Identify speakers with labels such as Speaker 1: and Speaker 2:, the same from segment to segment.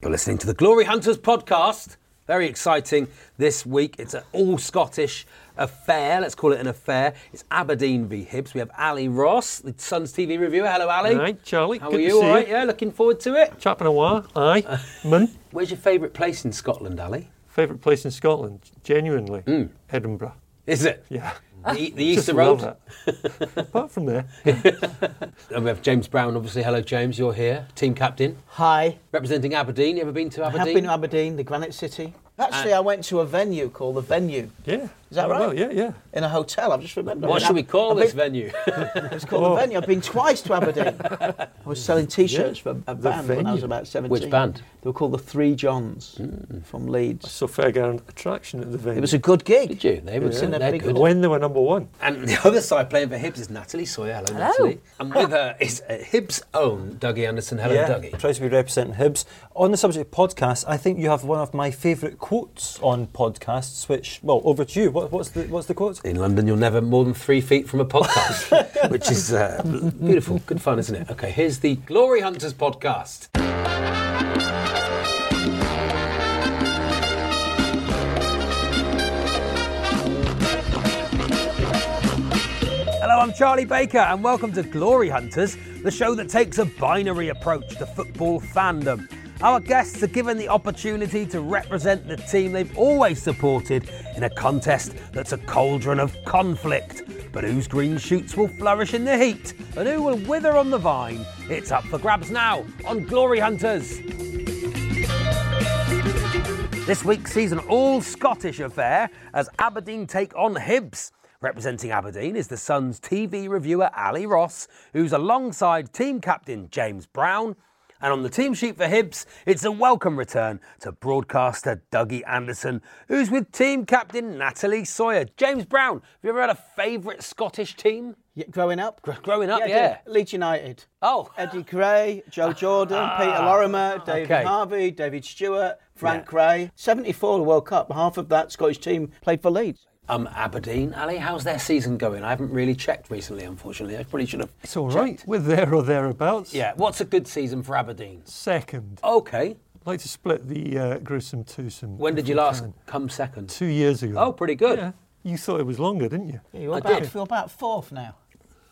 Speaker 1: You're listening to the Glory Hunters podcast. Very exciting this week. It's an all Scottish affair. Let's call it an affair. It's Aberdeen v Hibs. We have Ali Ross, the Suns TV reviewer. Hello, Ali.
Speaker 2: Aye, Charlie.
Speaker 1: How
Speaker 2: Good
Speaker 1: are
Speaker 2: to
Speaker 1: you?
Speaker 2: see
Speaker 1: All right,
Speaker 2: you.
Speaker 1: yeah, looking forward to it.
Speaker 2: Chapin Awar, aye. Mun.
Speaker 1: Where's your favourite place in Scotland, Ali?
Speaker 2: Favourite place in Scotland, genuinely.
Speaker 3: Hmm.
Speaker 2: Edinburgh.
Speaker 1: Is it?
Speaker 2: Yeah.
Speaker 1: The, E, the
Speaker 2: Just
Speaker 1: Easter
Speaker 2: love
Speaker 1: Road.
Speaker 2: it. Apart from there,
Speaker 1: And we have James Brown, obviously. Hello, James. You're here, team captain,
Speaker 4: Hi.
Speaker 1: representing Aberdeen. You ever been to
Speaker 4: I
Speaker 1: Aberdeen?
Speaker 4: have been to Aberdeen, the Granite City. Actually, I went to a venue called the Venue
Speaker 2: yeah. Is
Speaker 4: that right?
Speaker 2: yeah, yeah.
Speaker 4: in a hotel. I've just remembered. I
Speaker 1: What
Speaker 4: mean,
Speaker 1: should
Speaker 4: I-
Speaker 1: we call
Speaker 4: I've
Speaker 1: this
Speaker 4: been-
Speaker 1: venue?
Speaker 4: It's called the Venue. I've been twice to Aberdeen. I was selling T-shirts for a band when I was
Speaker 2: Venue.
Speaker 4: about seventeen.
Speaker 1: Which band? Mm.
Speaker 4: They were called the Three Johns from Leeds.
Speaker 2: So Fairground attraction at the venue.
Speaker 4: It was a good gig.
Speaker 1: Did you? They were
Speaker 4: It's
Speaker 1: good.
Speaker 4: in a
Speaker 1: They're
Speaker 4: big
Speaker 1: good.
Speaker 4: hall.
Speaker 2: when they were number one.
Speaker 1: And the other side playing for Hibs is Natalie Sawyer. Hello, Natalie. And with her is uh, Hibs' own Dougie Anderson. Hello,
Speaker 3: Yeah,
Speaker 1: Dougie.
Speaker 3: proud to be representing Hibs. On the subject of podcasts, I think you have one of my favourite quotes on podcasts, which, well, over to you. What, what's, the, what's the quote?
Speaker 1: In London, you're never more than three feet from a podcast, which is uh, beautiful. Good fun, isn't it? Okay, here's the Glory Hunters podcast. Hello, I'm Charlie Baker, and welcome to Glory Hunters, the show that takes a binary approach to football fandom. Our guests are given the opportunity to represent the team they've always supported in a contest that's a cauldron of conflict. But whose green shoots will flourish in the heat and who will wither on the vine? It's up for grabs now on Glory Hunters. This week sees an all Scottish affair as Aberdeen take on Hibs. Representing Aberdeen is the Sun's TV reviewer Ali Ross, who's alongside team captain James Brown. And on the team sheet for Hibs, it's a welcome return to broadcaster Dougie Anderson, who's with team captain Natalie Sawyer. James Brown, have you ever had a favourite Scottish team?
Speaker 4: Yeah, growing up.
Speaker 1: growing up,
Speaker 4: I did.
Speaker 1: yeah.
Speaker 4: Leeds United.
Speaker 1: Oh, Ah.
Speaker 4: Eddie Gray, Joe Jordan, Peter Lorimer, David
Speaker 1: okay.
Speaker 4: Harvey, David Stewart, Frank Gray. 74 World Cup, half of that Scottish team played for Leeds.
Speaker 1: um, Aberdeen. Ali, how's their season going? I haven't really checked recently, unfortunately. I probably should have.
Speaker 2: It's all right. We're there or thereabouts.
Speaker 1: Yeah, what's a good season for Aberdeen?
Speaker 2: Second.
Speaker 1: Okay.
Speaker 2: I'd like to split the uh, gruesome twosome.
Speaker 1: When
Speaker 2: if
Speaker 1: did you
Speaker 2: we
Speaker 1: last
Speaker 2: can.
Speaker 1: come second?
Speaker 2: Two years ago.
Speaker 1: Oh, pretty good.
Speaker 2: Yeah. You thought it was longer, didn't you?
Speaker 4: Yeah, You're
Speaker 1: I
Speaker 4: about,
Speaker 1: did.
Speaker 4: you're about fourth now.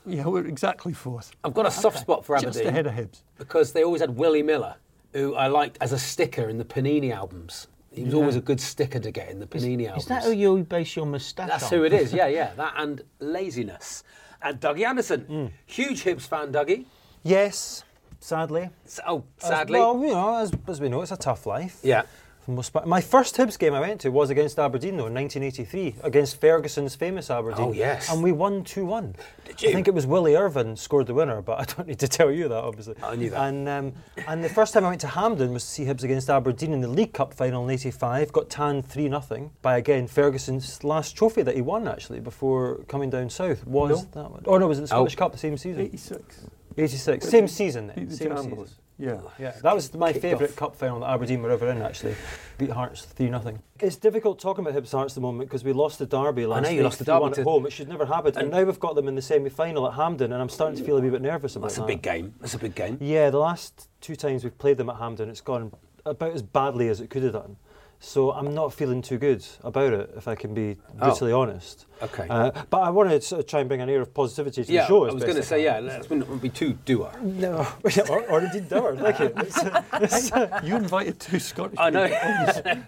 Speaker 2: Yeah, we're exactly fourth.
Speaker 1: I've got a soft spot for
Speaker 2: Just ahead
Speaker 1: Aberdeen
Speaker 2: of Hibs.
Speaker 1: because they always had Willie Miller, who I liked as a sticker in the Panini albums. He was always a good sticker to get in the Panini albums.
Speaker 4: Is that who you base your moustache on?
Speaker 1: That's who it is. Yeah, yeah. That and laziness. And Dougie Anderson, huge Hibs fan. Dougie.
Speaker 3: Yes, sadly.
Speaker 1: S- Oh,
Speaker 3: As-
Speaker 1: sadly.
Speaker 3: well, you know, as, as we know, it's a tough life.
Speaker 1: yeah.
Speaker 3: For the most part. My first Hibs game I went to was against Aberdeen, though, in 1983, against Ferguson's famous Aberdeen.
Speaker 1: Oh, yes.
Speaker 3: And we won 2 1.
Speaker 1: Did you?
Speaker 3: I think it was Willie Irvin scored the winner, but I don't need to tell you that, obviously.
Speaker 1: I knew that.
Speaker 3: And, um, and the first time I went to Hampden was to see Hibs against Aberdeen in the League Cup final in 85, got tanned 3 0 by, again, Ferguson's last trophy that he won, actually, before coming down south. Was that one? Or no, was it the
Speaker 1: Oh.
Speaker 3: Scottish Cup the same season?
Speaker 2: 86.
Speaker 3: 86. Same season.
Speaker 2: Beat the
Speaker 3: Same season.
Speaker 2: Jambles. Yeah.
Speaker 3: Yeah, that was my
Speaker 1: kicked
Speaker 3: favourite
Speaker 1: off.
Speaker 3: cup final that Aberdeen were ever in. Actually, beat Hearts three 0 It's difficult talking about Hibs Hearts at the moment because we lost the derby last.
Speaker 1: know you
Speaker 3: week,
Speaker 1: lost the
Speaker 3: 3-1
Speaker 1: derby to-
Speaker 3: at home. It should never happen. And now we've got them in the semi final at Hampden, and I'm starting to feel a wee bit nervous about
Speaker 1: That's a
Speaker 3: that.
Speaker 1: big game. That's a big game.
Speaker 3: Yeah, the last two times we've played them at Hampden, it's gone about as badly as it could have done. So I'm not feeling too good about it, if I can be
Speaker 1: Oh.
Speaker 3: brutally honest.
Speaker 1: Okay.
Speaker 3: Uh, but I want to sort of try and bring an air of positivity to
Speaker 1: yeah,
Speaker 3: the show.
Speaker 1: I
Speaker 3: as
Speaker 1: was
Speaker 3: best
Speaker 1: going to
Speaker 3: I
Speaker 1: say,
Speaker 3: can.
Speaker 1: yeah, let's not be too doer.
Speaker 3: No, or, or indeed dour. Like it. It's-
Speaker 2: You invited two Scottish
Speaker 1: I know.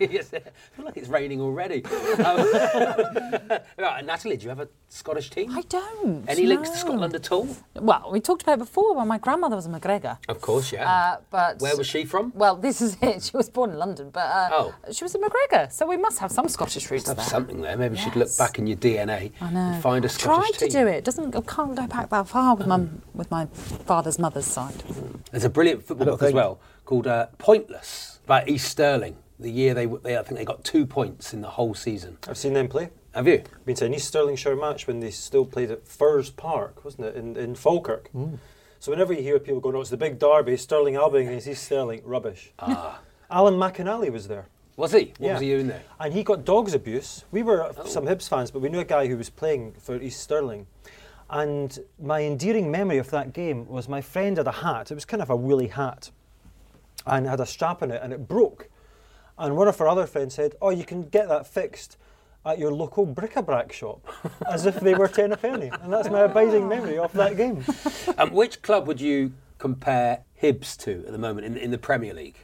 Speaker 2: people.
Speaker 1: yes. I feel like it's raining already. Um, right, Natalie, do you have a Scottish team?
Speaker 5: I don't.
Speaker 1: Any links to
Speaker 5: no.
Speaker 1: Scotland at all?
Speaker 5: Well, we talked about it before when my grandmother was a MacGregor.
Speaker 1: Of course, yeah.
Speaker 5: Uh, but
Speaker 1: Where was she from?
Speaker 5: Well, this is it. She was born in London, but uh,
Speaker 1: Oh.
Speaker 5: she was a MacGregor, so we must have some Scottish roots
Speaker 1: Have
Speaker 5: there.
Speaker 1: something there. Maybe you should look
Speaker 5: Uh, Yes.
Speaker 1: back in your DNA
Speaker 5: I know.
Speaker 1: and find a
Speaker 5: Tried
Speaker 1: Scottish
Speaker 5: to
Speaker 1: team.
Speaker 5: do it. Doesn't. I can't go back that far with my with my father's mother's side.
Speaker 1: There's a brilliant football book as well called uh, Pointless by East Sterling. The year they, w- they, I think they got two points in the whole season.
Speaker 3: I've seen them play.
Speaker 1: Have you?
Speaker 3: been to an East Stirlingshire match when they still played at Furs Park, wasn't it, in, in Falkirk? So whenever you hear people going, oh, it's the big derby, Sterling Albion against East Stirling, rubbish. Ah. Alan McInally was there.
Speaker 1: Was he? What was he doing there? Oh.
Speaker 3: And he got dogs abuse. We were some Hibs fans, but we knew a guy who was playing for East Stirling. And my endearing memory of that game was my friend had a hat. It was kind of a woolly hat and had a strap in it and it broke. And one of our other friends said, Oh, you can get that fixed at your local bric-a-brac shop, as if they were ten a penny. And that's my abiding memory of that game.
Speaker 1: Um, which club would you compare Hibs to at the moment in, in the Premier League?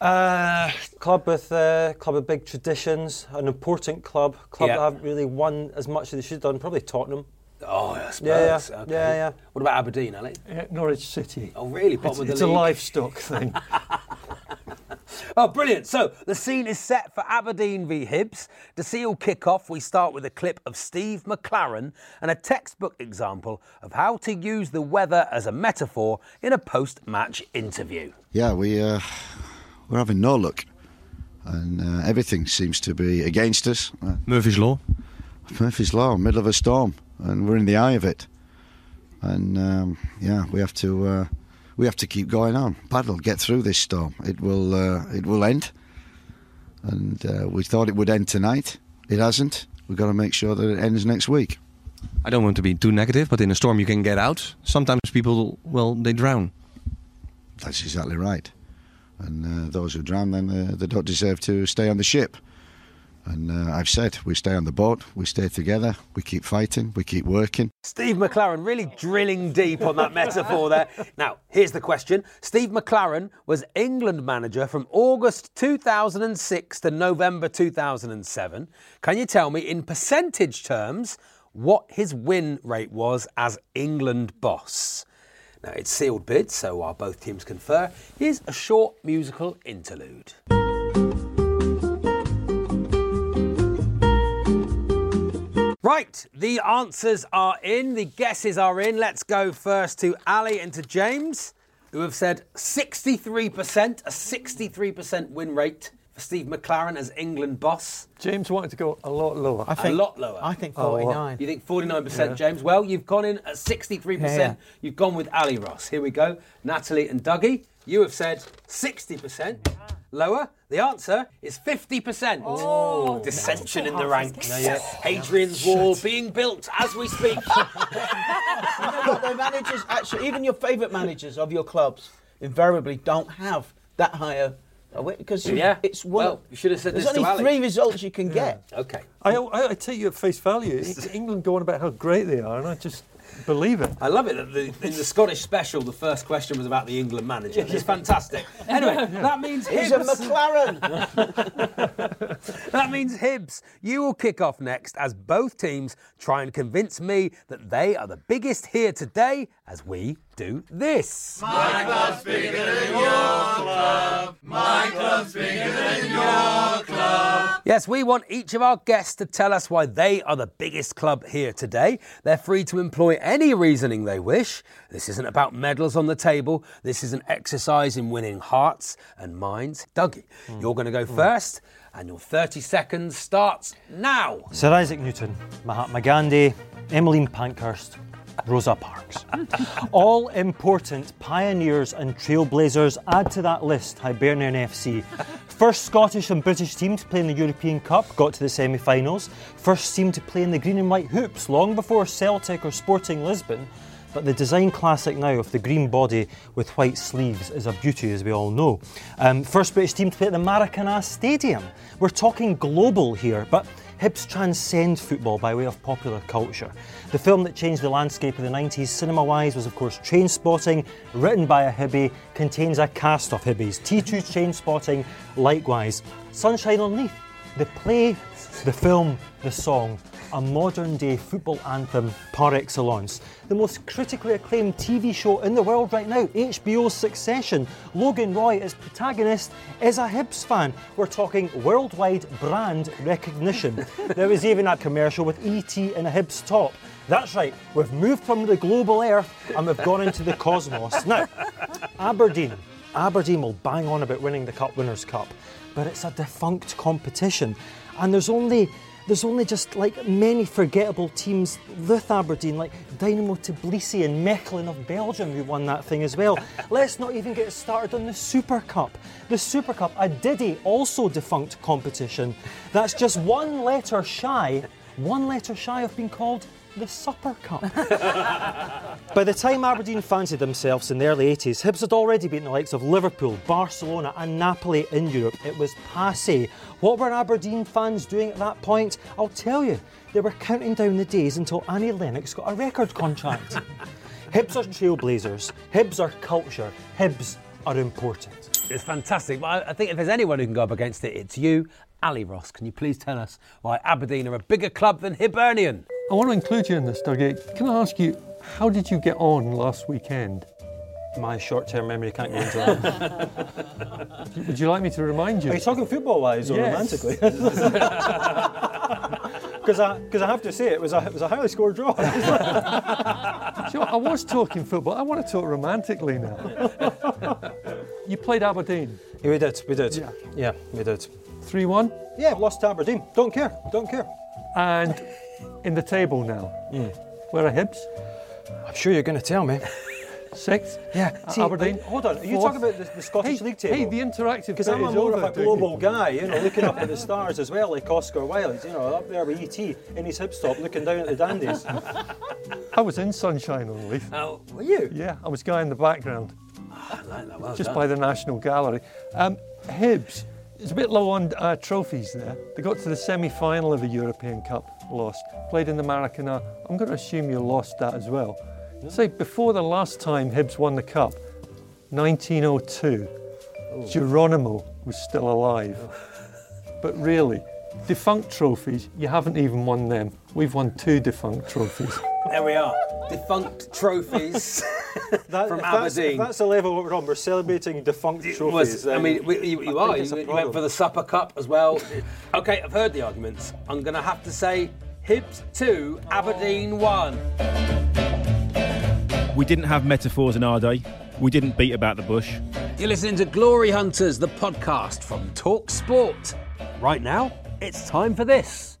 Speaker 3: Uh, club with uh, club with big traditions, an important club, club
Speaker 1: Yeah.
Speaker 3: that haven't really won as much as they should have done, probably Tottenham.
Speaker 1: Oh, yeah, Spurs.
Speaker 3: Yeah, yeah,
Speaker 1: Okay.
Speaker 3: yeah, yeah.
Speaker 1: What about Aberdeen, Ali?
Speaker 2: Uh, Norwich City.
Speaker 1: Oh, really? Bottom
Speaker 2: It's,
Speaker 1: of the
Speaker 2: it's a
Speaker 1: league?
Speaker 2: livestock thing.
Speaker 6: Oh, brilliant. So the scene is set for Aberdeen v Hibs. To see all kick off, we start with a clip of Steve McLaren and a textbook example of how to use the weather as a metaphor in a post match interview.
Speaker 7: yeah, we uh, we're having no luck, and uh, everything seems to be against us. Uh,
Speaker 8: Murphy's Law.
Speaker 7: Murphy's Law, middle of a storm, and we're in the eye of it, and um, yeah, we have to uh, we have to keep going on, paddle, get through this storm. It will uh, it will end, and uh, we thought it would end tonight. It hasn't. We've got to make sure that it ends next week.
Speaker 8: I don't want to be too negative, but in a storm you can get out. Sometimes people, well, they drown.
Speaker 7: That's exactly right. And uh, those who drown, then uh, they don't deserve to stay on the ship. And uh, I've said, we stay on the boat, we stay together, we keep fighting, we keep working.
Speaker 6: Steve McLaren really drilling deep on that metaphor there. Now, here's the question. Steve McLaren was England manager from August 2006 to November 2007. Can you tell me, in percentage terms, what his win rate was as England boss? Now, it's sealed bid, so while both teams confer, here's a short musical interlude. Right, the answers are in, the guesses are in. Let's go first to Ali and to James, who have said 63%, a 63% win rate for Steve McLaren as England boss.
Speaker 2: James wanted to go a lot lower.
Speaker 1: A lot lower.
Speaker 9: I think
Speaker 2: Oh, well.
Speaker 9: 49.
Speaker 1: You think 49%, James? Well, you've gone in at 63%.
Speaker 9: Yeah, yeah.
Speaker 1: You've gone with Ali Ross. Here we go. Natalie and Dougie, you have said 60%. Lower. The answer is 50%. Oh, Dissension in the ranks. Hadrian's Wall being built as we speak.
Speaker 4: the managers, actually, even your favourite managers of your clubs, invariably don't have that higher. Because
Speaker 1: Yeah.
Speaker 4: it's one.
Speaker 1: Well, you should have said
Speaker 4: There's
Speaker 1: this to
Speaker 4: only
Speaker 1: Ali.
Speaker 4: three results you can get.
Speaker 1: okay.
Speaker 2: I, I, I take you at face value. It's England going about how great they are, and I just believe it.
Speaker 1: I love it that the, in the Scottish special, the first question was about the England manager. It's fantastic. Anyway, that means
Speaker 4: He's a
Speaker 1: Hibs.
Speaker 4: McLaren.
Speaker 6: That means Hibs, you will kick off next as both teams try and convince me that they are the biggest here today as we do this. Yes, we want each of our guests to tell us why they are the biggest club here today. They're free to employ any reasoning they wish. This isn't about medals on the table. This is an exercise in winning hearts and minds. Dougie, you're going to go first, and your 30 seconds starts now.
Speaker 3: Sir Isaac Newton, Mahatma Gandhi, Emmeline Pankhurst, Rosa Parks. All important pioneers and trailblazers add to that list Hibernian FC. First Scottish and British team to play in the European Cup got to the semi finals. First team to play in the green and white hoops long before Celtic or Sporting Lisbon. But the design classic now of the green body with white sleeves is a beauty, as we all know. Um, first British team to play at the Maracanã Stadium. We're talking global here, but Hibs transcend football by way of popular culture. The film that changed the landscape of the 90s cinema wise was, of course, Train Spotting, written by a Hibbie, contains a cast of Hibbies. T2 Train Spotting, likewise. Sunshine on Leaf, the play, the film, the song, a modern day football anthem par excellence. The most critically acclaimed TV show in the world right now, HBO's Succession. Logan Roy, as protagonist, is a Hibs fan. We're talking worldwide brand recognition. there was even a commercial with ET in a Hibs top. That's right, we've moved from the global earth and we've gone into the cosmos. Now, Aberdeen. Aberdeen will bang on about winning the Cup Winners' Cup, but it's a defunct competition. And there's only there's only just like many forgettable teams with Aberdeen, like Dynamo Tbilisi and Mechelen of Belgium, who won that thing as well. Let's not even get started on the Super Cup. The Super Cup, a Diddy, also defunct competition, that's just one letter shy, one letter shy of being called the Supper Cup. By the time Aberdeen fancied themselves in the early 80s, Hibs had already beaten the likes of Liverpool, Barcelona, and Napoli in Europe. It was passe. What were Aberdeen fans doing at that point? I'll tell you, they were counting down the days until Annie Lennox got a record contract. Hibs are trailblazers, Hibs are culture, Hibs are important.
Speaker 6: It's fantastic. But I- I think if there's anyone who can go up against it, it's you, Ali Ross. Can you please tell us why Aberdeen are a bigger club than Hibernian?
Speaker 2: I want to include you in this, Dougie. Can I ask you, how did you get on last weekend?
Speaker 3: My short term memory can't go into that.
Speaker 2: Would you like me to remind you?
Speaker 3: Are you talking football wise or
Speaker 2: Yes.
Speaker 3: romantically? Because I, 'cause I have to say, it was a, it was a highly scored draw.
Speaker 2: Do you know, I was talking football. I want to talk romantically now. you played Aberdeen.
Speaker 3: Yeah, we did. We did. Yeah, we did.
Speaker 2: 3 1.
Speaker 3: Yeah, lost to Aberdeen. Don't care. Don't care.
Speaker 2: And in the table now,
Speaker 3: Hmm.
Speaker 2: where are Hibs?
Speaker 3: I'm sure you're going to tell me.
Speaker 2: Sixth. Uh,
Speaker 3: Yeah. See,
Speaker 2: Aberdeen.
Speaker 3: I- hold on. Are you
Speaker 2: Fourth.
Speaker 3: talking about the, the Scottish
Speaker 2: Hey,
Speaker 3: League table?
Speaker 2: Hey, the interactive
Speaker 3: Because I'm
Speaker 2: bit
Speaker 3: a
Speaker 2: is
Speaker 3: more of
Speaker 2: over,
Speaker 3: a
Speaker 2: Dougie.
Speaker 3: global guy, you know, looking up at the stars as well, like Oscar Wilde, you know, up there with ET in his hip stop, looking down at the dandies.
Speaker 2: I was in Sunshine on Leaf.
Speaker 6: Oh,
Speaker 3: were you?
Speaker 2: Yeah, I was guy in the background,
Speaker 6: Ah, I like that. Well
Speaker 2: just
Speaker 6: done.
Speaker 2: by the National Gallery. Um, Hibs, it's a bit low on uh, trophies there. They got to the semi-final of the European Cup, lost. Played in the Maracanã. I'm going to assume you lost that as well. Say before the last time Hibs won the cup, 1902,
Speaker 6: Oh.
Speaker 2: Geronimo was still alive. But really, defunct trophies, you haven't even won them. We've won two defunct trophies.
Speaker 1: There we are. Defunct trophies.
Speaker 3: That,
Speaker 1: From
Speaker 3: if that's,
Speaker 1: Aberdeen.
Speaker 3: If that's the level we're on, we're celebrating defunct trophies.
Speaker 1: Was, I
Speaker 3: then
Speaker 1: mean, we, you, you
Speaker 3: I
Speaker 1: are.
Speaker 3: think it's a
Speaker 1: You, you
Speaker 3: problem.
Speaker 1: went for the Supper Cup as well. okay, I've heard the arguments. I'm going to have to say Hibs 2, Aberdeen 1.
Speaker 9: We didn't have metaphors in our day. We didn't beat about the bush.
Speaker 6: You're listening to Glory Hunters, the podcast from Talk Sport. Right now, it's time for this.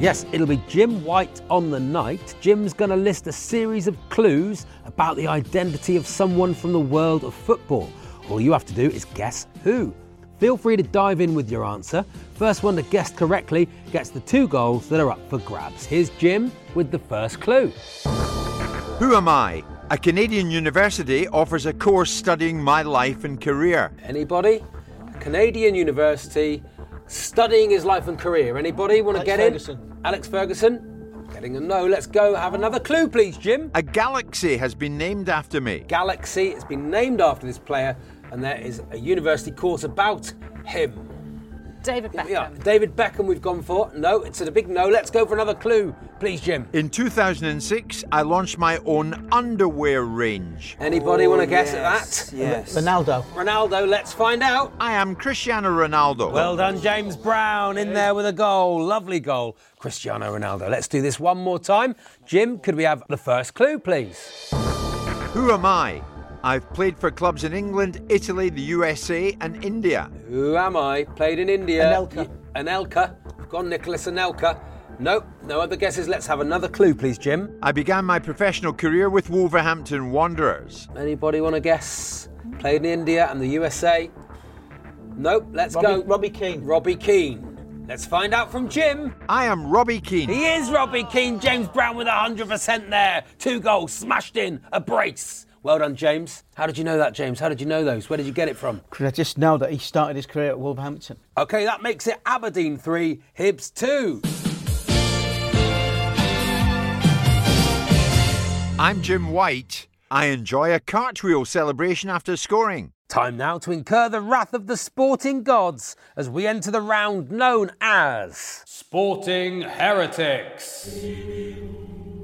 Speaker 6: Yes, it'll be Jim White on the night. Jim's going to list a series of clues about the identity of someone from the world of football. All you have to do is guess who. Feel free to dive in with your answer. First one to guess correctly gets the two goals that are up for grabs. Here's Jim with the first clue.
Speaker 10: Who am I? A Canadian university offers a course studying my life and career.
Speaker 1: Anybody? Canadian University, studying his life and career. Anybody want to
Speaker 4: Alex
Speaker 1: get
Speaker 4: Ferguson.
Speaker 1: in? Alex Ferguson. I'm getting a no. Let's go. Have another clue, please, Jim.
Speaker 10: A galaxy has been named after me.
Speaker 1: Galaxy. It's been named after this player, and there is a university course about him.
Speaker 5: David Beckham.
Speaker 1: Yeah, David Beckham. We've gone for no. It's a big no. Let's go for another clue, please, Jim.
Speaker 10: In 2006, I launched my own underwear range.
Speaker 1: Anybody want to guess at that?
Speaker 4: Ronaldo.
Speaker 1: Ronaldo. Let's find out.
Speaker 10: I am Cristiano Ronaldo.
Speaker 6: Well done, James Brown, in there with a goal. Lovely goal. Cristiano Ronaldo. Let's do this one more time. Jim, could we have the first clue, please?
Speaker 10: Who am I? I've played for clubs in England, Italy, the USA, and India.
Speaker 1: Who am I? Played in India.
Speaker 10: Anelka.
Speaker 1: Y- Anelka. We've gone Nicholas Anelka. Nope, no other guesses. Let's have another clue, please, Jim.
Speaker 10: I began my professional career with Wolverhampton Wanderers.
Speaker 1: Anybody want to guess? Played in India and the USA. Nope, let's
Speaker 4: Robbie-
Speaker 1: go.
Speaker 4: Robbie Keane.
Speaker 1: Robbie Keane. Let's find out from Jim.
Speaker 10: I am Robbie Keane.
Speaker 1: He is Robbie Keane. James Brown with 100% there. Two goals, smashed in, a brace. Well done, James. How did you know that, James? How did you know those? Where did you get it from?
Speaker 4: Because I just know that he started his career at Wolverhampton.
Speaker 1: Okay, that makes it Aberdeen 3, Hibs 2.
Speaker 10: I'm Jim White. I enjoy a cartwheel celebration after scoring.
Speaker 1: Time now to incur the wrath of the sporting gods as we enter the round known as
Speaker 11: Sporting Heretics.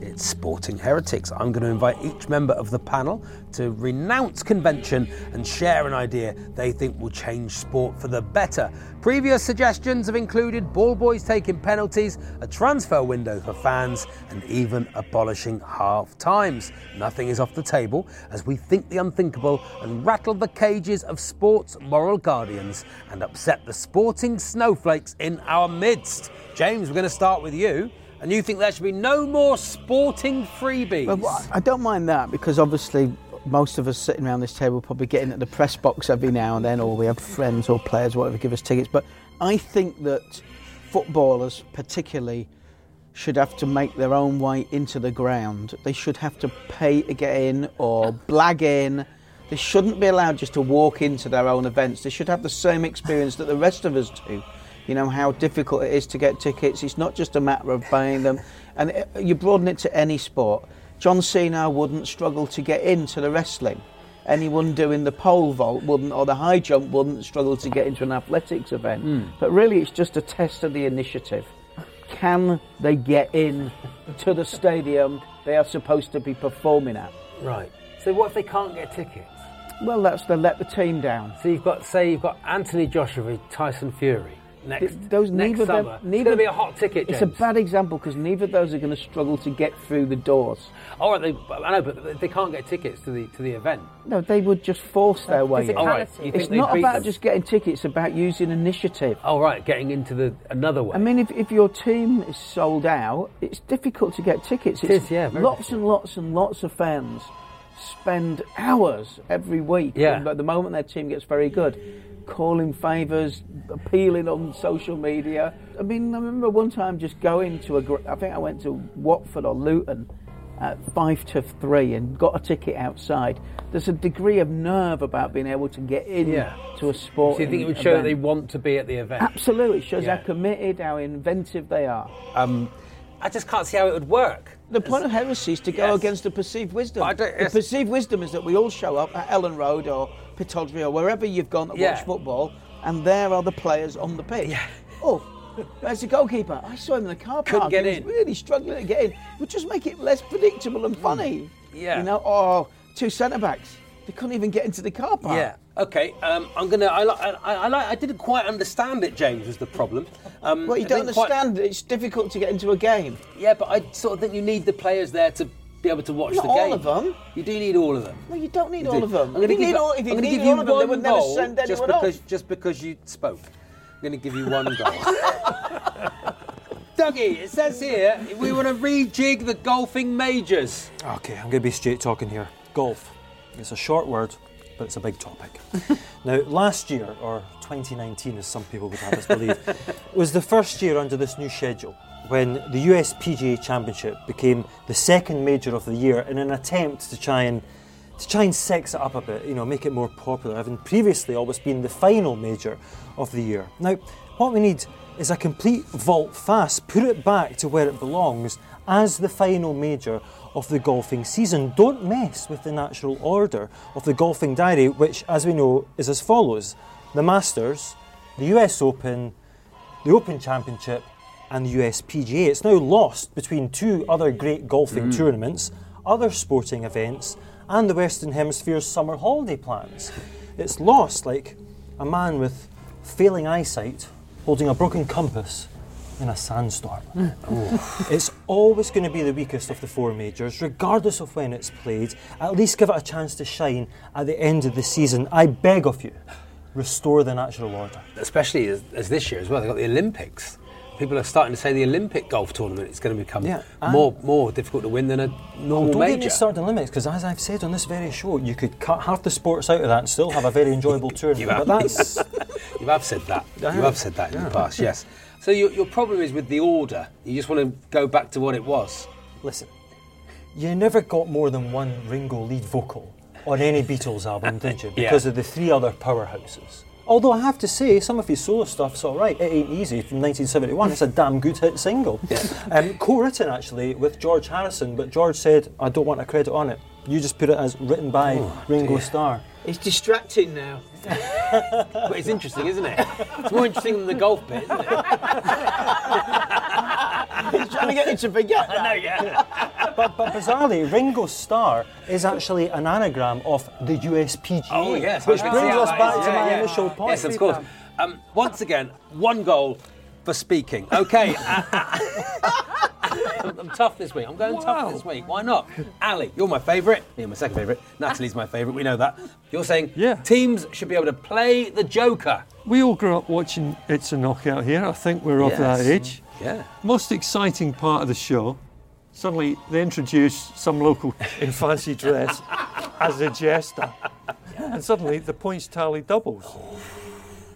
Speaker 1: It's Sporting Heretics. I'm going to invite each member of the panel to renounce convention and share an idea they think will change sport for the better. Previous suggestions have included ball boys taking penalties, a transfer window for fans, and even abolishing half times. Nothing is off the table as we think the unthinkable and rattle the cages of sport's moral guardians and upset the sporting snowflakes in our midst. James, we're going to start with you. And you think there should be no more sporting freebies?
Speaker 4: But wha- I don't mind that because obviously most of us sitting around this table probably get in at the press box every now and then, or we have friends or players, whatever, give us tickets. But I think that footballers, particularly, should have to make their own way into the ground. They should have to pay to get in or blag in. They shouldn't be allowed just to walk into their own events. They should have the same experience that the rest of us do. You know how difficult it is to get tickets. It's not just a matter of buying them, and it, you broaden it to any sport. John Cena wouldn't struggle to get into the wrestling. Anyone doing the pole vault wouldn't, or the high jump wouldn't struggle to get into an athletics event.
Speaker 12: Mm.
Speaker 4: But really, it's just a test of the initiative. Can they get in to the stadium they are supposed to be performing at?
Speaker 1: Right.
Speaker 13: So what if they can't get tickets?
Speaker 4: Well, that's they let the team down.
Speaker 13: So you've got, say, you've got Anthony Joshua, Tyson Fury next.
Speaker 4: Th- those
Speaker 13: next
Speaker 4: neither of
Speaker 13: summer.
Speaker 4: them.
Speaker 13: It's
Speaker 4: Neither,
Speaker 13: gonna be a hot ticket,
Speaker 4: It's a
Speaker 13: James.
Speaker 4: bad example because neither of those are going to struggle to get through the doors.
Speaker 13: All right, they, I know, but they can't get tickets to the to the event.
Speaker 4: No, they would just force their
Speaker 13: Uh,
Speaker 4: way in.
Speaker 13: physicality. All right, you think
Speaker 4: It's
Speaker 13: they
Speaker 4: not
Speaker 13: beat
Speaker 4: about
Speaker 13: them?
Speaker 4: just getting tickets; it's about using initiative.
Speaker 13: All Oh, right, getting into the another
Speaker 4: I
Speaker 13: one.
Speaker 4: mean, if, if your team is sold out, it's difficult to get tickets.
Speaker 13: It
Speaker 4: It's
Speaker 13: is, yeah, very
Speaker 4: lots and lots and lots of fans spend hours every week.
Speaker 13: Yeah.
Speaker 4: But the moment their team gets very good, calling favours, appealing on social media. I mean, I remember one time just going to a. gr- I think I went to Watford or Luton at five to three and got a ticket outside. There's a degree of nerve about being able to get in
Speaker 13: Yeah.
Speaker 4: to a sport.
Speaker 13: so you think it would show that
Speaker 4: event.
Speaker 13: they want to be at the event?
Speaker 4: Absolutely, it shows
Speaker 13: Yeah.
Speaker 4: how committed, how inventive they are.
Speaker 1: Um, I just can't see how it would work.
Speaker 4: The point of heresy is to go against the perceived wisdom. The perceived wisdom is that we all show up at Ellen Road or Pittodrie or wherever you've gone to
Speaker 13: Yeah.
Speaker 4: watch football, and there are the players on the pitch. Oh, where's the goalkeeper? I saw him in the car park.
Speaker 13: Couldn't get
Speaker 4: he was
Speaker 13: in. Mm.
Speaker 4: really struggling to get in. Would just make it less predictable and funny.
Speaker 1: Yeah.
Speaker 4: You know, or two centre backs. They couldn't even get into the car park.
Speaker 1: Yeah. Okay. Um, I'm gonna. I, li- I, I, li- I didn't quite understand it. James was the problem. Um,
Speaker 4: Well, you
Speaker 1: I
Speaker 4: don't
Speaker 1: didn't quite-
Speaker 4: understand. It's difficult to get into a game.
Speaker 1: Yeah, but I sort of think you need the players there to be able to watch
Speaker 4: Not
Speaker 1: the
Speaker 4: all
Speaker 1: game.
Speaker 4: of them.
Speaker 1: You do need all of them.
Speaker 4: Well, you don't need
Speaker 1: You
Speaker 4: all
Speaker 1: do.
Speaker 4: of them.
Speaker 1: I'm going to
Speaker 4: You
Speaker 1: give,
Speaker 4: need
Speaker 1: you-
Speaker 4: all- if you
Speaker 1: I'm gonna
Speaker 4: need
Speaker 1: give you
Speaker 4: all of them, they
Speaker 1: one
Speaker 4: would never
Speaker 1: goal
Speaker 4: send
Speaker 1: just
Speaker 4: anyone
Speaker 1: because just because you spoke. I'm going to give you one goal. Dougie, it says here we want to rejig the golfing majors.
Speaker 3: Okay, I'm going to be straight talking here. Golf. It's a short word, but it's a big topic. now, last year, or 2019 as some people would have us believe, was the first year under this new schedule when the US PGA Championship became the second major of the year in an attempt to try and to try and sex it up a bit, you know, make it more popular, having previously always been the final major of the year. Now, what we need is a complete vault fast, put it back to where it belongs as the final major of the golfing season. Don't mess with the natural order of the golfing diary, which, as we know, is as follows the Masters, the US Open, the Open Championship, and the US PGA. It's now lost between two other great golfing
Speaker 14: Mm.
Speaker 3: tournaments, other sporting events, and the Western Hemisphere's summer holiday plans. It's lost like a man with failing eyesight holding a broken compass in a sandstorm. it's always going to be the weakest of the four majors, regardless of when it's played. At least give it a chance to shine at the end of the season. I beg of you, restore the natural order.
Speaker 1: especially as, as this year as well. They've got the Olympics. People are starting to say the Olympic golf tournament is going to become
Speaker 3: Yeah, and-
Speaker 1: more more difficult to win than a
Speaker 4: Oh,
Speaker 1: normal
Speaker 3: don't
Speaker 1: major.
Speaker 3: get me started on limits because, as I've said on this very show, you could cut half the sports out of that and still have a very enjoyable tournament.
Speaker 1: have.
Speaker 3: But that's
Speaker 1: You have said that. You
Speaker 3: I
Speaker 1: have
Speaker 3: have.
Speaker 1: said that in
Speaker 3: Yeah.
Speaker 1: the past, yes. So your, your problem is with the order. You just want to go back to what it was.
Speaker 3: Listen, you never got more than one Ringo lead vocal on any Beatles album, did you?
Speaker 1: Yeah.
Speaker 3: Because of the three other powerhouses. Although I have to say, some of his solo stuff's all right. It Ain't Easy from 1971. It's a damn good hit single. Um, co-written actually with George Harrison, but George said, "I don't want a credit on it. You just put it as written by Ringo
Speaker 1: Oh, dear.
Speaker 3: Starr."
Speaker 1: It's distracting now. but it's interesting, isn't it? It's more interesting than the golf bit, isn't it?
Speaker 3: He's trying to get you to forget that. I know, yeah. but, but bizarrely, Ringo Starr is actually an anagram of the USPG.
Speaker 1: Oh, yes.
Speaker 3: Which
Speaker 1: I
Speaker 3: brings
Speaker 1: can see how
Speaker 3: us
Speaker 1: that
Speaker 3: back
Speaker 1: is.
Speaker 3: to
Speaker 1: Yeah,
Speaker 3: my
Speaker 1: yeah.
Speaker 3: initial point.
Speaker 1: Yes, of course. Um, once again, one goal for speaking. Okay. I'm tough this week. I'm going tough this week. Why not? Ali, you're my favourite. Me, my second favourite. Natalie's my favourite. We know that. You're saying teams should be able to play the Joker.
Speaker 2: We all grew up watching It's a Knockout here. I think we're of that
Speaker 1: Yes.
Speaker 2: age.
Speaker 1: Yeah.
Speaker 2: Most exciting part of the show, suddenly they introduce some local in fancy dress as a jester. And suddenly the points tally doubles.
Speaker 1: Oh.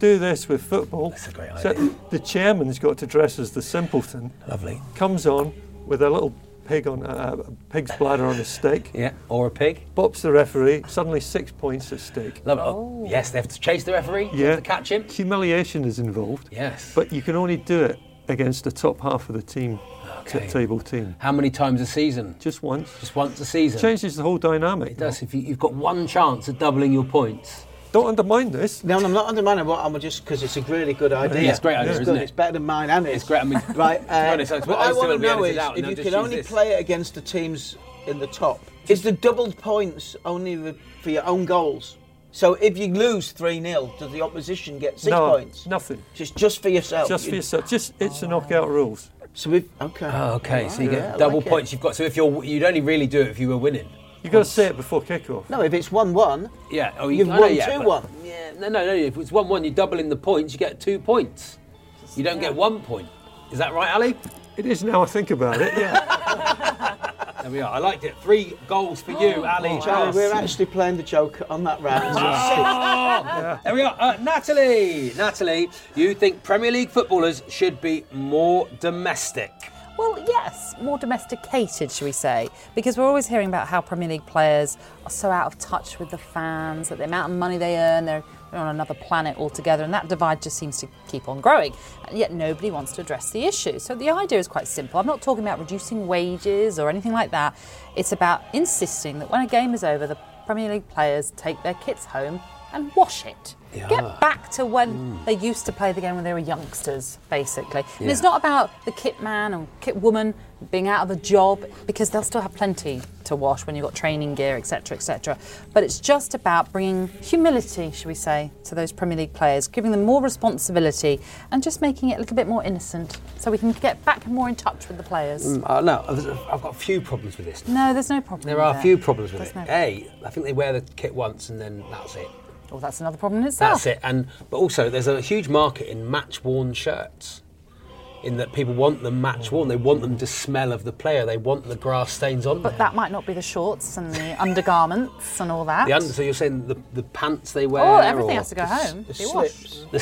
Speaker 2: Do this with football. That's a great
Speaker 1: idea.
Speaker 2: the chairman's got to dress as the simpleton.
Speaker 1: Lovely.
Speaker 2: Comes on with a little pig on uh, a pig's bladder on a stick.
Speaker 1: Yeah, or a pig.
Speaker 2: Bops the referee. Suddenly six points at stake.
Speaker 1: Love it. Oh. Yes, they have to chase the referee. They have to catch him.
Speaker 2: Humiliation is involved.
Speaker 1: Yes.
Speaker 2: But you can only do it against the top half of the team, t-
Speaker 1: Okay.
Speaker 2: table team.
Speaker 1: How many times a season?
Speaker 2: Just once.
Speaker 1: Just once a season.
Speaker 2: Changes the whole dynamic.
Speaker 1: It does. If you, you've got one chance of doubling your points.
Speaker 2: Don't undermine this.
Speaker 4: No, I'm not undermining what I'm just because it's a really good idea.
Speaker 1: Yeah, it's a great idea,
Speaker 4: It's
Speaker 1: isn't it?
Speaker 4: It's better than mine and it's
Speaker 1: great. I mean,
Speaker 4: right.
Speaker 1: to be
Speaker 4: Uh,
Speaker 1: honest, I was-
Speaker 4: what
Speaker 1: I
Speaker 4: I
Speaker 1: was
Speaker 4: want
Speaker 1: gonna
Speaker 4: to
Speaker 1: be
Speaker 4: know
Speaker 1: edited
Speaker 4: is
Speaker 1: out and
Speaker 4: if
Speaker 1: I'll
Speaker 4: you
Speaker 1: just
Speaker 4: could
Speaker 1: use
Speaker 4: only
Speaker 1: this.
Speaker 4: play it against the teams in the top. Is the doubled points only re- for your own goals? So if you lose three 0 does the opposition get six
Speaker 2: no,
Speaker 4: points?
Speaker 2: nothing.
Speaker 4: Just just for yourself.
Speaker 2: Just for
Speaker 4: You-
Speaker 2: yourself. Just it's the knockout rules.
Speaker 4: So we okay.
Speaker 1: Oh, okay. So you
Speaker 2: Yeah, I
Speaker 1: get double
Speaker 2: like it.
Speaker 1: points. You've got. So if you're, you'd only really do it if you were winning.
Speaker 2: You got to say it before kickoff.
Speaker 4: No, if it's one-one.
Speaker 1: Yeah. Oh,
Speaker 4: You've
Speaker 1: I know,
Speaker 4: won
Speaker 1: yeah, but-
Speaker 4: 2-1.
Speaker 1: Yeah. No, no, no. If it's one-one, you're doubling the points. You get two points. You don't get one point. Is that right, Ali?
Speaker 2: It is now I think about it. Yeah.
Speaker 1: There we are. I liked it. Three goals for
Speaker 4: Oh,
Speaker 1: you, Ali.
Speaker 4: Charlie,
Speaker 1: Charles.
Speaker 4: we're actually playing the Joker on that round.
Speaker 1: Oh, there we are. Uh, Natalie, Natalie, you think Premier League footballers should be more domestic?
Speaker 5: Well, yes, more domesticated, should we say? Because we're always hearing about how Premier League players are so out of touch with the fans, that the amount of money they earn, they're they're on another planet altogether, and that divide just seems to keep on growing. And yet nobody wants to address the issue. So the idea is quite simple. I'm not talking about reducing wages or anything like that. It's about insisting that when a game is over, the Premier League players take their kits home and wash it. Get back to
Speaker 1: Mm.
Speaker 5: when they used to play the game when they were youngsters, basically. And it's
Speaker 12: Yeah.
Speaker 5: not about the kit man or kit woman being out of a job because they'll still have plenty to wash when you've got training gear, etc., etc. But it's just about bringing humility, should we say, to those Premier League players, giving them more responsibility and just making it a little bit more innocent so we can get back more in touch with the players.
Speaker 1: Mm, uh, no, I've I've got a few problems with this.
Speaker 5: No, there's no problem.
Speaker 1: There
Speaker 5: with
Speaker 1: are a
Speaker 5: it.
Speaker 1: few problems with
Speaker 5: There's
Speaker 1: it.
Speaker 5: no-
Speaker 1: A, I think they wear the kit once and then that's it.
Speaker 5: Well, Oh, that's another problem in itself.
Speaker 1: That's it. And but also, there's a huge market in match-worn shirts. In that people want them match-worn. They want them to smell of the player. They want the grass stains on
Speaker 5: But
Speaker 1: them.
Speaker 5: that might not be the shorts and the undergarments and all that.
Speaker 1: The under, so you're saying the, the pants they wear?
Speaker 5: Oh, everything
Speaker 1: or-
Speaker 5: has to go home. be washed.
Speaker 1: The slips.
Speaker 5: slips.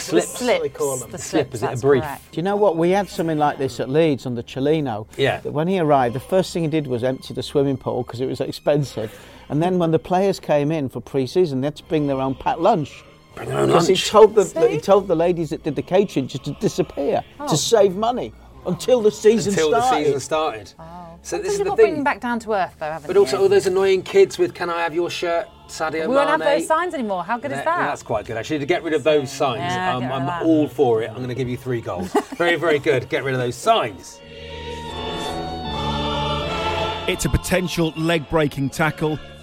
Speaker 5: The slips. that's correct.
Speaker 4: Do you know what? We had something like this at Leeds under Chelino.
Speaker 1: Yeah.
Speaker 4: That When he arrived, the first thing he did was empty the swimming pool because it was expensive. And then when the players came in for pre-season, they had to bring their own packed lunch. Bring
Speaker 1: their own
Speaker 4: He
Speaker 1: lunch.
Speaker 4: told, the, that he told the ladies that did the catering just to disappear
Speaker 5: Oh.
Speaker 4: to save money until the season
Speaker 1: Until
Speaker 4: started.
Speaker 1: the season started.
Speaker 5: Oh,
Speaker 1: So this is
Speaker 5: Sometimes you've
Speaker 1: the
Speaker 5: got to bring
Speaker 1: thing.
Speaker 5: them back down to earth, though, haven't
Speaker 1: But
Speaker 5: you?
Speaker 1: also all those annoying kids with "Can I have your shirt?" Sadio
Speaker 5: we won't have
Speaker 1: Mane.
Speaker 5: those signs anymore. How good is
Speaker 1: That-
Speaker 5: that?
Speaker 1: That's quite good, actually. To get rid of those signs,
Speaker 5: Yeah,
Speaker 1: um,
Speaker 5: get rid of
Speaker 1: I'm
Speaker 5: that.
Speaker 1: all for it. I'm going to give you three goals. very, very good. Get rid of those signs.
Speaker 9: It's a potential leg breaking tackle,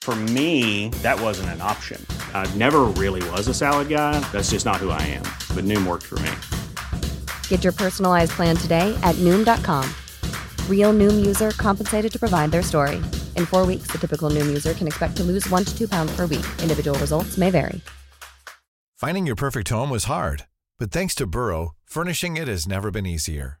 Speaker 15: For me, that wasn't an option. I never really was a salad guy. That's just not who I am. But Noom worked for me.
Speaker 16: Get your personalized plan today at Noom.com. Real Noom user compensated to provide their story. In four weeks, the typical Noom user can expect to lose one to two pounds per week. Individual results may vary.
Speaker 17: Finding your perfect home was hard, but thanks to Burrow, furnishing it has never been easier.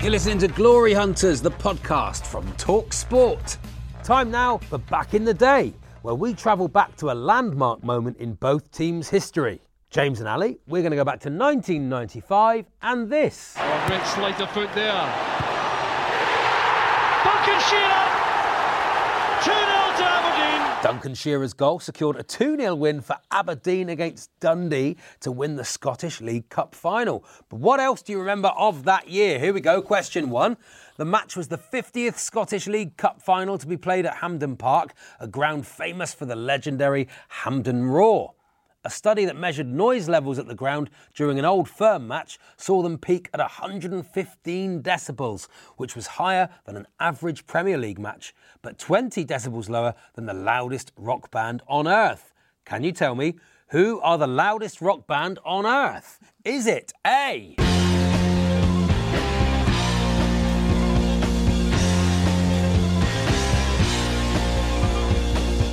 Speaker 1: You're listening to Glory Hunters, the podcast from Talk Sport. Time now for Back in the Day, where we travel back to a landmark moment in both teams' history. James and Ali, we're going to go back to 1995 and this.
Speaker 18: A great sleight of foot there. Buckinghamshire 2 0 to Aberdeen.
Speaker 1: Duncan Shearer's goal secured a 2 0 win for Aberdeen against Dundee to win the Scottish League Cup final. But what else do you remember of that year? Here we go, question one. The match was the 50th Scottish League Cup final to be played at Hampden Park, a ground famous for the legendary Hampden Roar. A study that measured noise levels at the ground during an old firm match saw them peak at 115 decibels, which was higher than an average Premier League match, but 20 decibels lower than the loudest rock band on earth. Can you tell me who are the loudest rock band on earth? Is it A?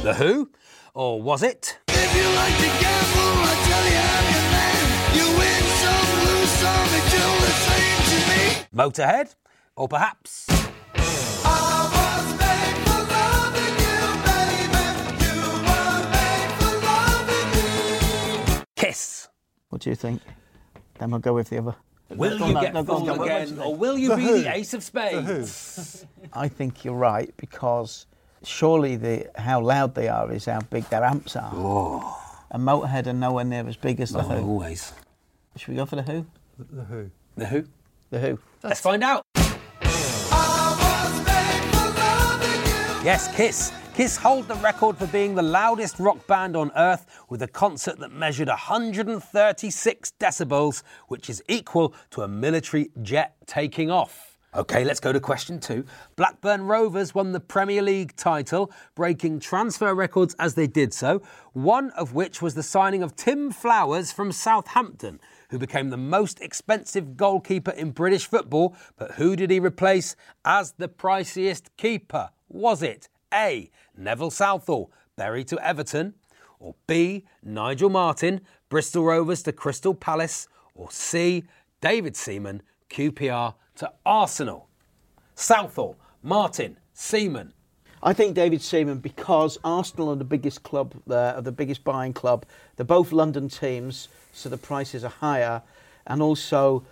Speaker 1: The Who? Or was it?
Speaker 18: If you like to gamble, I tell you I'm your man. You win some, lose some, it's all the same to me.
Speaker 1: Motorhead? Or perhaps Kiss.
Speaker 4: What do you think? Then we'll go with the other.
Speaker 1: Will
Speaker 4: No,
Speaker 1: you
Speaker 4: no,
Speaker 1: get
Speaker 4: no, go on,
Speaker 1: fooled
Speaker 4: go on.
Speaker 1: again, or will you
Speaker 4: The
Speaker 1: be
Speaker 4: Who.
Speaker 1: the ace of spades?
Speaker 4: I think you're right because surely the how loud they are is how big their amps are. And Motorhead are nowhere near as big as the
Speaker 1: Not
Speaker 4: Who.
Speaker 1: always.
Speaker 4: Should we go for the Who?
Speaker 2: The Who.
Speaker 1: The Who?
Speaker 4: The Who.
Speaker 1: Let's find out. Yes, Kiss. Kiss hold the record for being the loudest rock band on earth with a concert that measured 136 decibels, which is equal to a military jet taking off. Okay, let's go to question two. Blackburn Rovers won the Premier League title, breaking transfer records as they did so, one of which was the signing of Tim Flowers from Southampton, who became the most expensive goalkeeper in British football. But who did he replace as the priciest keeper? Was it A. Neville Southall, Bury to Everton, or B. Nigel Martin, Bristol Rovers to Crystal Palace, or C. David Seaman, QPR to Arsenal? Southall, Martin, Seaman.
Speaker 4: I think David Seaman because Arsenal are the biggest club there, are the biggest buying club. They're both London teams, so the prices are higher, and also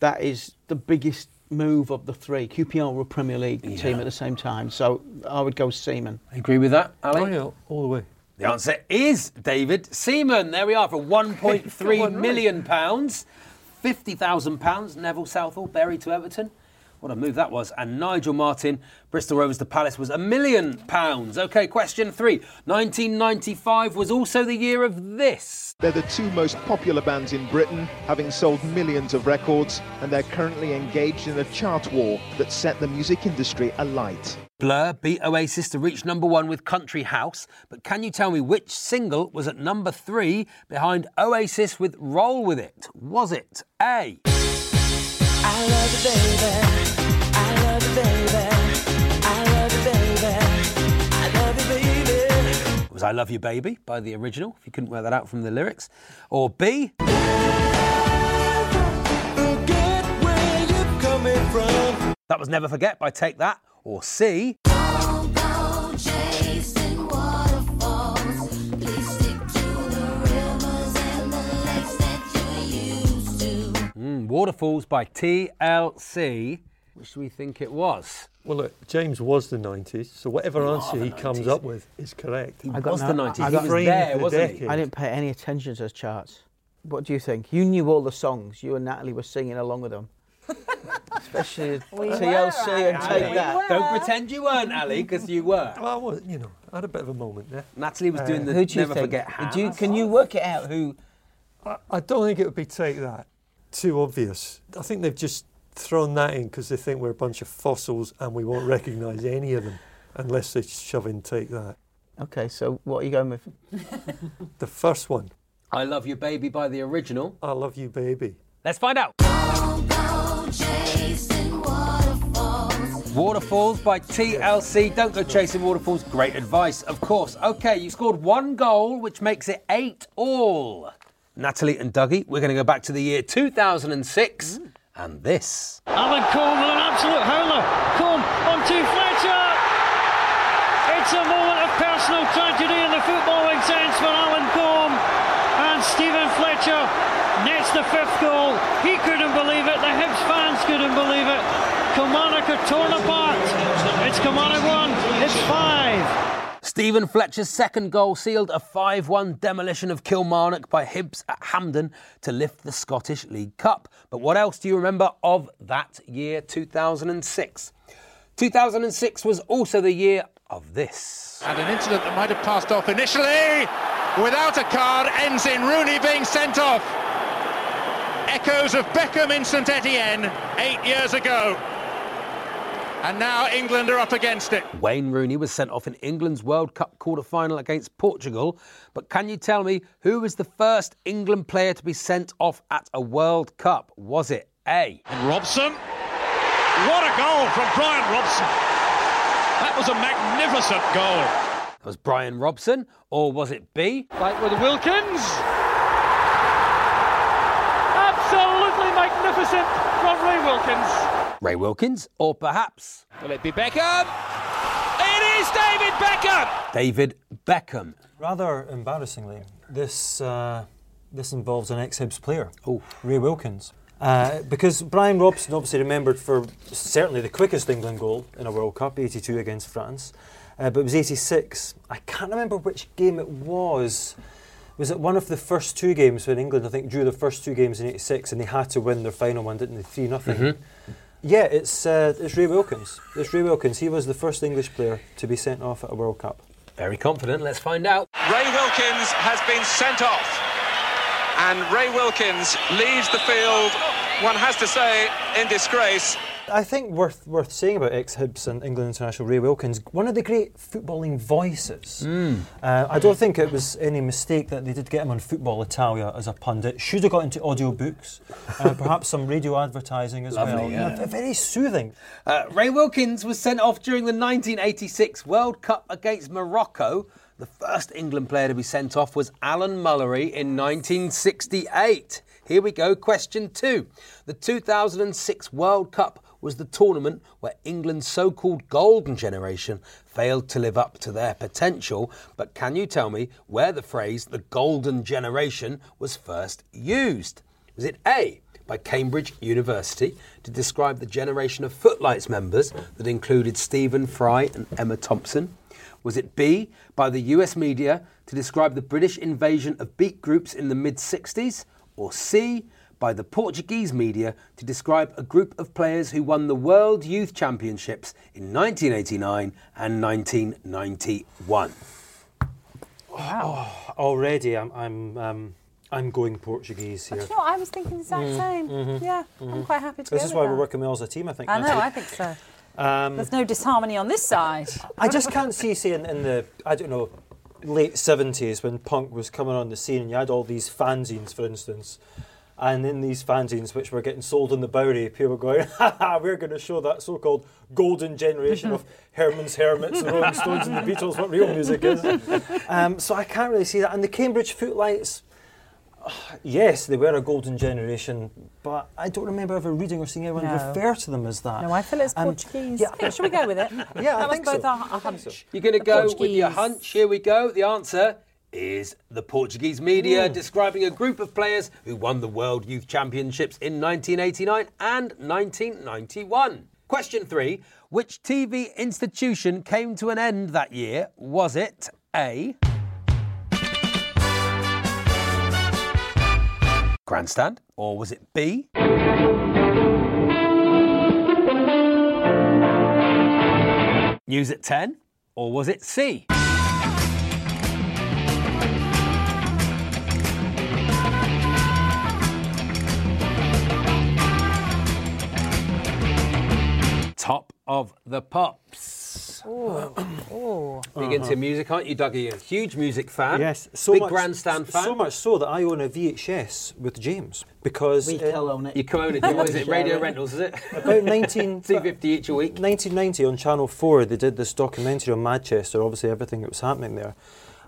Speaker 4: that is the biggest move of the three. QPR were a Premier League team at the same time, so I would go Seaman.
Speaker 1: Agree with that, Ali?
Speaker 2: Oh, all the way.
Speaker 1: The answer is David Seaman. There we are for 1.3 million pounds, fifty thousand pounds. Neville Southall, Bury to Everton. What a move that was. And Nigel Martin, Bristol Rovers to Palace was a million pounds. Okay, question three. 1995 was also the year of this.
Speaker 19: They're the two most popular bands in Britain, having sold millions of records, and they're currently engaged in a chart war that set the music industry alight.
Speaker 1: Blur beat Oasis to reach number one with Country House, but can you tell me which single was at number three behind Oasis with Roll With It? Was it A?
Speaker 18: I love you, baby. I love you, baby. I love you, baby. I love you, baby.
Speaker 1: It was I Love You Baby by the original, if you couldn't wear that out from the lyrics. Or B,
Speaker 18: Forget where you're coming from.
Speaker 1: that was Never Forget by Take That. Or C,
Speaker 18: Don't chasing waterfalls. Please stick to the rivers and the lakes that you're used to.
Speaker 1: Mm, Waterfalls by TLC. Which do we think it was?
Speaker 2: Well, look, James was the 90s, so whatever answer he comes up with is correct.
Speaker 1: He was the 90s.
Speaker 2: He
Speaker 1: He was
Speaker 2: framed
Speaker 1: there,
Speaker 2: the
Speaker 1: wasn't
Speaker 2: decade.
Speaker 4: I didn't pay any attention to those charts. What do you think? You knew all the songs. You and Natalie were singing along with them. Especially TLC and Take That.
Speaker 1: Don't pretend you weren't, Ali, because you were.
Speaker 2: Well, I was, you know, I had a bit of a moment there.
Speaker 1: Natalie was doing the
Speaker 4: Who do you
Speaker 1: Never
Speaker 4: think?
Speaker 1: Forget How.
Speaker 4: Did you, can you work it out who
Speaker 2: I, I don't think it would be Take That. Too obvious. I think they've just thrown that in because they think we're a bunch of fossils and we won't recognise any of them unless they shove in Take That.
Speaker 4: Okay, so what are you going with?
Speaker 2: the first one.
Speaker 1: I Love You Baby by the original.
Speaker 2: I Love You Baby.
Speaker 1: Let's find out.
Speaker 18: Chasing waterfalls.
Speaker 1: Waterfalls by TLC. Don't go chasing waterfalls. Great advice, of course. Okay, you scored one goal, which makes it eight all. Natalie and Dougie, we're going to go back to the year 2006 and this.
Speaker 18: Alan Cole with an absolute howler. Cole onto Fletcher.
Speaker 20: It's a moment of personal tragedy in the footballing sense for Alan Combe and Stephen Fletcher. Nets the fifth goal. He couldn't believe it. The Hibs fans couldn't believe it. Kilmarnock are torn apart. It's Kilmarnock one. It's five.
Speaker 1: Stephen Fletcher's second goal sealed a 5 1 demolition of Kilmarnock by Hibbs at Hampden to lift the Scottish League Cup. But what else do you remember of that year, 2006? 2006 was also the year of this.
Speaker 21: And an incident that might have passed off initially without a card ends in Rooney being sent off. Echoes of Beckham in St Etienne eight years ago. And now England are up against it.
Speaker 1: Wayne Rooney was sent off in England's World Cup quarter final against Portugal. But can you tell me who was the first England player to be sent off at a World Cup? Was it A?
Speaker 20: Robson. What a goal from Brian Robson. That was a magnificent goal.
Speaker 1: That was Brian Robson, or was it B?
Speaker 20: Right with Wilkins. Absolutely magnificent from Ray Wilkins.
Speaker 1: Ray Wilkins, or perhaps
Speaker 20: Will it be Beckham? It is David Beckham!
Speaker 1: David Beckham?
Speaker 3: Rather embarrassingly, this uh, this involves an ex-Hibs player, Ray Wilkins, uh, because Brian Robson obviously remembered for certainly the quickest England goal in a World Cup, 82 against France, uh, but it was 86. I can't remember which game it was. Was it one of the first two games when England, I think, drew the first two games in '86, and they had to win their final one, didn't they? Three 0
Speaker 1: Mhm.
Speaker 3: Yeah, it's uh, it's Ray Wilkins. It's Ray Wilkins. He was the first English player to be sent off at a World Cup.
Speaker 1: Very confident. Let's find out.
Speaker 22: Ray Wilkins has been sent off. And Ray Wilkins leaves the field, one has to say, in disgrace.
Speaker 3: I think worth worth saying about ex Hibs and England international Ray Wilkins, one of the great footballing voices. Uh, I don't think it was any mistake that they did get him on Football Italia as a pundit. Should have got into audiobooks, uh, perhaps some radio advertising as
Speaker 1: Lovely,
Speaker 3: well.
Speaker 1: yeah.
Speaker 3: Uh, Very soothing.
Speaker 1: Uh, Ray Wilkins was sent off during the 1986 World Cup against Morocco. The first England player to be sent off was Alan Mullery in 1968. Here we go, question two. The 2006 World Cup was the tournament where England's so called golden generation failed to live up to their potential. But can you tell me where the phrase the golden generation was first used? Was it A? by Cambridge University to describe the generation of Footlights members that included Stephen Fry and Emma Thompson? Was it B, by the US media to describe the British invasion of beat groups in the mid 60s? Or C, by the Portuguese media to describe a group of players who won the World Youth Championships in 1989 and 1991?
Speaker 3: Wow. Oh, already, I'm I'm um, I'm going Portuguese here.
Speaker 5: Do you know what? I was thinking the exact
Speaker 3: Mm,
Speaker 5: same.
Speaker 1: mm-hmm,
Speaker 3: mhm,
Speaker 5: Yeah, I'm
Speaker 3: mhm.
Speaker 5: quite happy to
Speaker 3: This
Speaker 5: go
Speaker 3: is
Speaker 5: with
Speaker 3: why
Speaker 5: that.
Speaker 3: we're working well as a team, I think.
Speaker 5: I know,
Speaker 3: Nancy.
Speaker 5: I think so.
Speaker 3: Um,
Speaker 5: There's no disharmony on this side.
Speaker 3: I just can't see, say, in, in the, I don't know, late 70s when punk was coming on the scene and you had all these fanzines, for instance, and in these fanzines, which were getting sold in the Bowery, people were going, ha ha, we're going to show that so called golden generation of Herman's Hermits, the Rolling Stones, and the Beatles what real music is. Um, so I can't really see that. And the Cambridge Footlights, Yes, they were a golden generation, but I don't remember ever reading or seeing anyone
Speaker 5: No.
Speaker 3: refer to them as that.
Speaker 5: No, I feel it's
Speaker 3: And-
Speaker 5: Portuguese.
Speaker 3: uh, um, yeah,
Speaker 5: Should we go with it?
Speaker 3: Yeah, I
Speaker 5: that
Speaker 3: think
Speaker 5: was
Speaker 3: so.
Speaker 5: both our, our hunch.
Speaker 1: You're going to
Speaker 5: The
Speaker 1: go with your
Speaker 5: Portuguese.
Speaker 1: hunch. Here we go. The answer is the Portuguese media
Speaker 5: Mm.
Speaker 1: describing a group of players who won the World Youth Championships in 1989 and 1991. Question three Which TV institution came to an end that year? Was it A. Grandstand? Or was it B. News at 10? Or was it C? Top of the Pops.
Speaker 5: Oh,
Speaker 1: Big into music, aren't you, Dougie? You're a huge music fan.
Speaker 3: Uh-huh. Yes, so
Speaker 1: Big
Speaker 3: much,
Speaker 1: grandstand fan.
Speaker 3: So much so that I own a VHS with James because
Speaker 1: We
Speaker 3: uh,
Speaker 1: co-own it. You co-own it, do you? What is it, Radio Rentals, is it?
Speaker 3: About 19
Speaker 1: 250 each a week.
Speaker 3: 1990 on Channel 4, they did this documentary on Manchester, obviously everything that was happening there.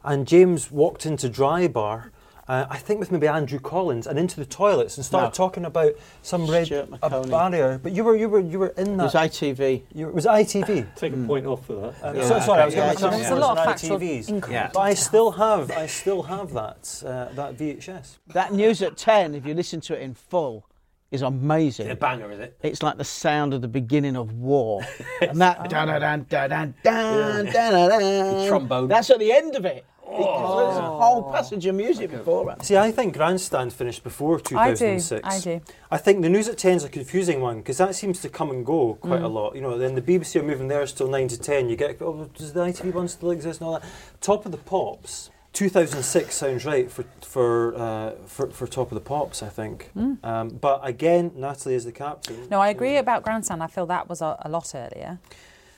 Speaker 3: And James walked into Dry Bar, uh, I think with maybe Andrew Collins, and into the toilets and started
Speaker 4: No.
Speaker 3: talking about some red a barrier. But you were you were you were in that.
Speaker 4: was ITV.
Speaker 3: It was ITV.
Speaker 2: Take a point off for that.
Speaker 3: Um, so, sorry, I was
Speaker 4: okay,
Speaker 3: going to
Speaker 4: Hmm. yeah, yeah.
Speaker 3: yeah,
Speaker 4: There's a lot of factual
Speaker 3: ITVs,
Speaker 4: incorrect
Speaker 3: but I still have, I still have that uh, that VHS.
Speaker 4: That news at 10, if you listen to it in full, is amazing.
Speaker 1: It's a banger, is it?
Speaker 4: It's like the sound of the beginning of war. and that dun dun dun dun dun dun
Speaker 1: Yeah.
Speaker 4: dun dun.
Speaker 1: The trombone. Oh.
Speaker 4: That's at the end of it. Because There's a whole passage of music before it.
Speaker 3: See, I think Grandstand finished before 2006.
Speaker 5: I do.
Speaker 3: I think the news at 10 is a confusing one because that seems to come and go quite a
Speaker 5: Mm.
Speaker 3: lot. You know, then the BBC are moving theirs till 9 to 10. You get, oh, does the ITV one still exist and all that? Top of the Pops, 2006 sounds right for for uh, for, for Top of the Pops, I think.
Speaker 5: Mm.
Speaker 3: Um, but again, Natalie is the captain.
Speaker 5: No, I agree about grandstand. I feel that was a, a lot earlier.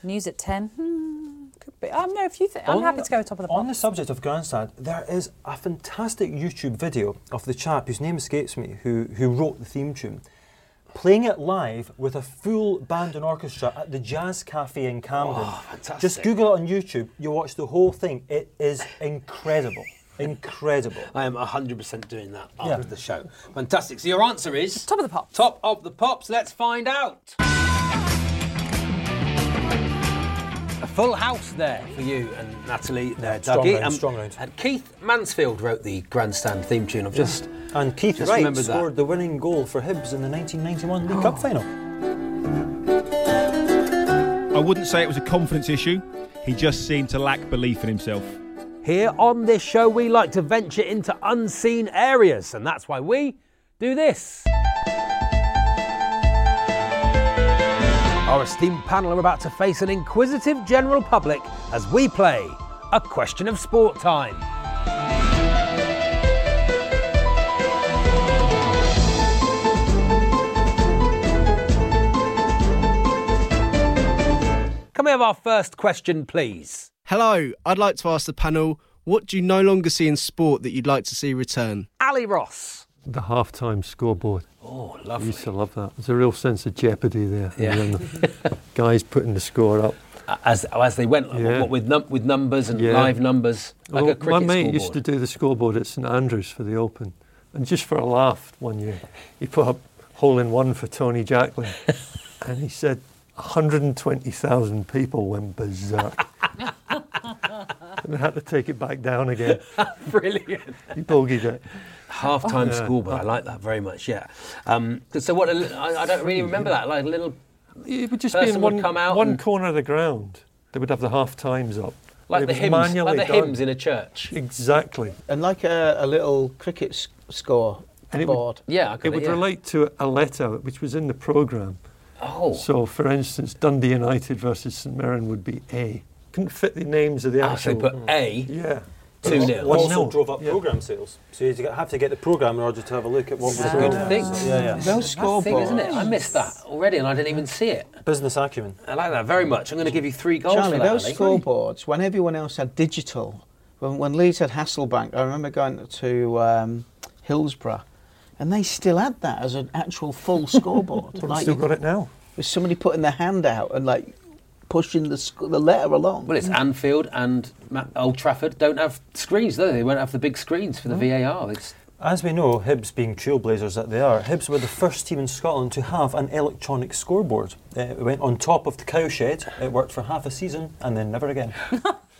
Speaker 5: News at ten. Hmm, could be. Um, no, if you think, I'm
Speaker 3: On
Speaker 5: happy
Speaker 3: the-
Speaker 5: to go top of the
Speaker 3: On the subject of Grandstand, there is a fantastic YouTube video of the chap whose name escapes me, who, who wrote the theme tune, playing it live with a full band and orchestra at the Jazz Cafe in Camden.
Speaker 1: Oh, fantastic.
Speaker 3: Just Google it on YouTube, you watch the whole thing. It is incredible. incredible.
Speaker 1: I am 100% doing that after
Speaker 3: Yeah.
Speaker 1: the show. Fantastic. So your answer is
Speaker 5: top of the pops.
Speaker 1: Top of the pops. Let's find out. A full house there for you and Natalie there,
Speaker 3: Strong
Speaker 1: Dougie. Um,
Speaker 3: round, strong round.
Speaker 1: And Keith Mansfield wrote the grandstand theme tune. I've just
Speaker 3: And Keith
Speaker 1: just
Speaker 3: Wright
Speaker 1: remembered that. Oh.
Speaker 3: scored the winning goal for Hibs in the 1991 League Cup final.
Speaker 9: I wouldn't say it was a confidence issue. He just seemed to lack belief in himself.
Speaker 1: Here on this show, we like to venture into unseen areas, and that's why we do this. Our esteemed panel are about to face an inquisitive general public as we play A Question of Sport Time. Can we have our first question, please?
Speaker 7: Hello, I'd like to ask the panel what do you no longer see in sport that you'd like to see return?
Speaker 1: Ali Ross.
Speaker 2: The half-time scoreboard.
Speaker 1: Oh,
Speaker 2: lovely! I used to love that. There's a real sense of jeopardy there.
Speaker 1: Yeah.
Speaker 2: And then the guys putting the score up.
Speaker 1: as as they went
Speaker 2: Yeah.
Speaker 1: what, with num- with numbers and
Speaker 2: Yeah.
Speaker 1: live numbers like
Speaker 2: Well,
Speaker 1: a cricket
Speaker 2: my mate
Speaker 1: scoreboard.
Speaker 2: used to do the scoreboard at St Andrews for the Open, and just for a laugh one year, he put up hole in one for Tony Jacklin, and he said 120,000 people went berserk. and they had to take it back down again.
Speaker 1: Brilliime.
Speaker 2: He bogeyed it.
Speaker 1: Half time
Speaker 2: Yeah.
Speaker 1: school, but I like that very much. Yeah. Um, so what? A li- I, I don't really remember that. Like a little.
Speaker 2: It would just be
Speaker 1: person
Speaker 2: in one,
Speaker 1: would come out
Speaker 2: one
Speaker 1: and-
Speaker 2: corner of the ground. They would have the half times up.
Speaker 1: Like the
Speaker 2: It was
Speaker 1: hymns- like
Speaker 2: manually
Speaker 1: the
Speaker 2: done.
Speaker 1: hymns in a church.
Speaker 2: Exactly.
Speaker 4: And like a, a little cricket s- score board.
Speaker 2: it would relate to a letter which was in the programme.
Speaker 1: Oh.
Speaker 2: So, for instance, Dundee United versus St Mirren would be A. Couldn't fit the names of the
Speaker 3: Ah, so
Speaker 2: actual.
Speaker 3: they put A,
Speaker 2: Yeah.
Speaker 3: Two nil. Oh, Also drove up
Speaker 2: Yeah.
Speaker 3: programme sales, so you have to get the programme in order to have a look at what was
Speaker 1: It's a
Speaker 3: going
Speaker 1: good
Speaker 3: on.
Speaker 1: thing.
Speaker 3: So, Yeah, yeah.
Speaker 1: That's the thing, isn't it? I missed that already, and I didn't even see it.
Speaker 3: Business acumen.
Speaker 1: I like that very much. I'm going to give you three goals
Speaker 4: Charlie,
Speaker 1: for that.
Speaker 4: those
Speaker 1: Ali.
Speaker 4: scoreboards, when everyone else had digital, when, when Leeds had Hasselbank, I remember going to um, Hillsborough and they still had that as an actual full scoreboard.
Speaker 2: Well, they've still got it now.
Speaker 4: With somebody putting their hand out and like pushing the, sc- the letter along.
Speaker 1: Well, it's Anfield and Ma- Old Trafford don't have screens, do they? They won't have the big screens for the VAR. It's
Speaker 3: As we know, Hibs being trailblazers that they are, Hibs were the first team in Scotland to have an electronic scoreboard. Uh, It went on top of the cowshed, it worked for half a season, and then never again.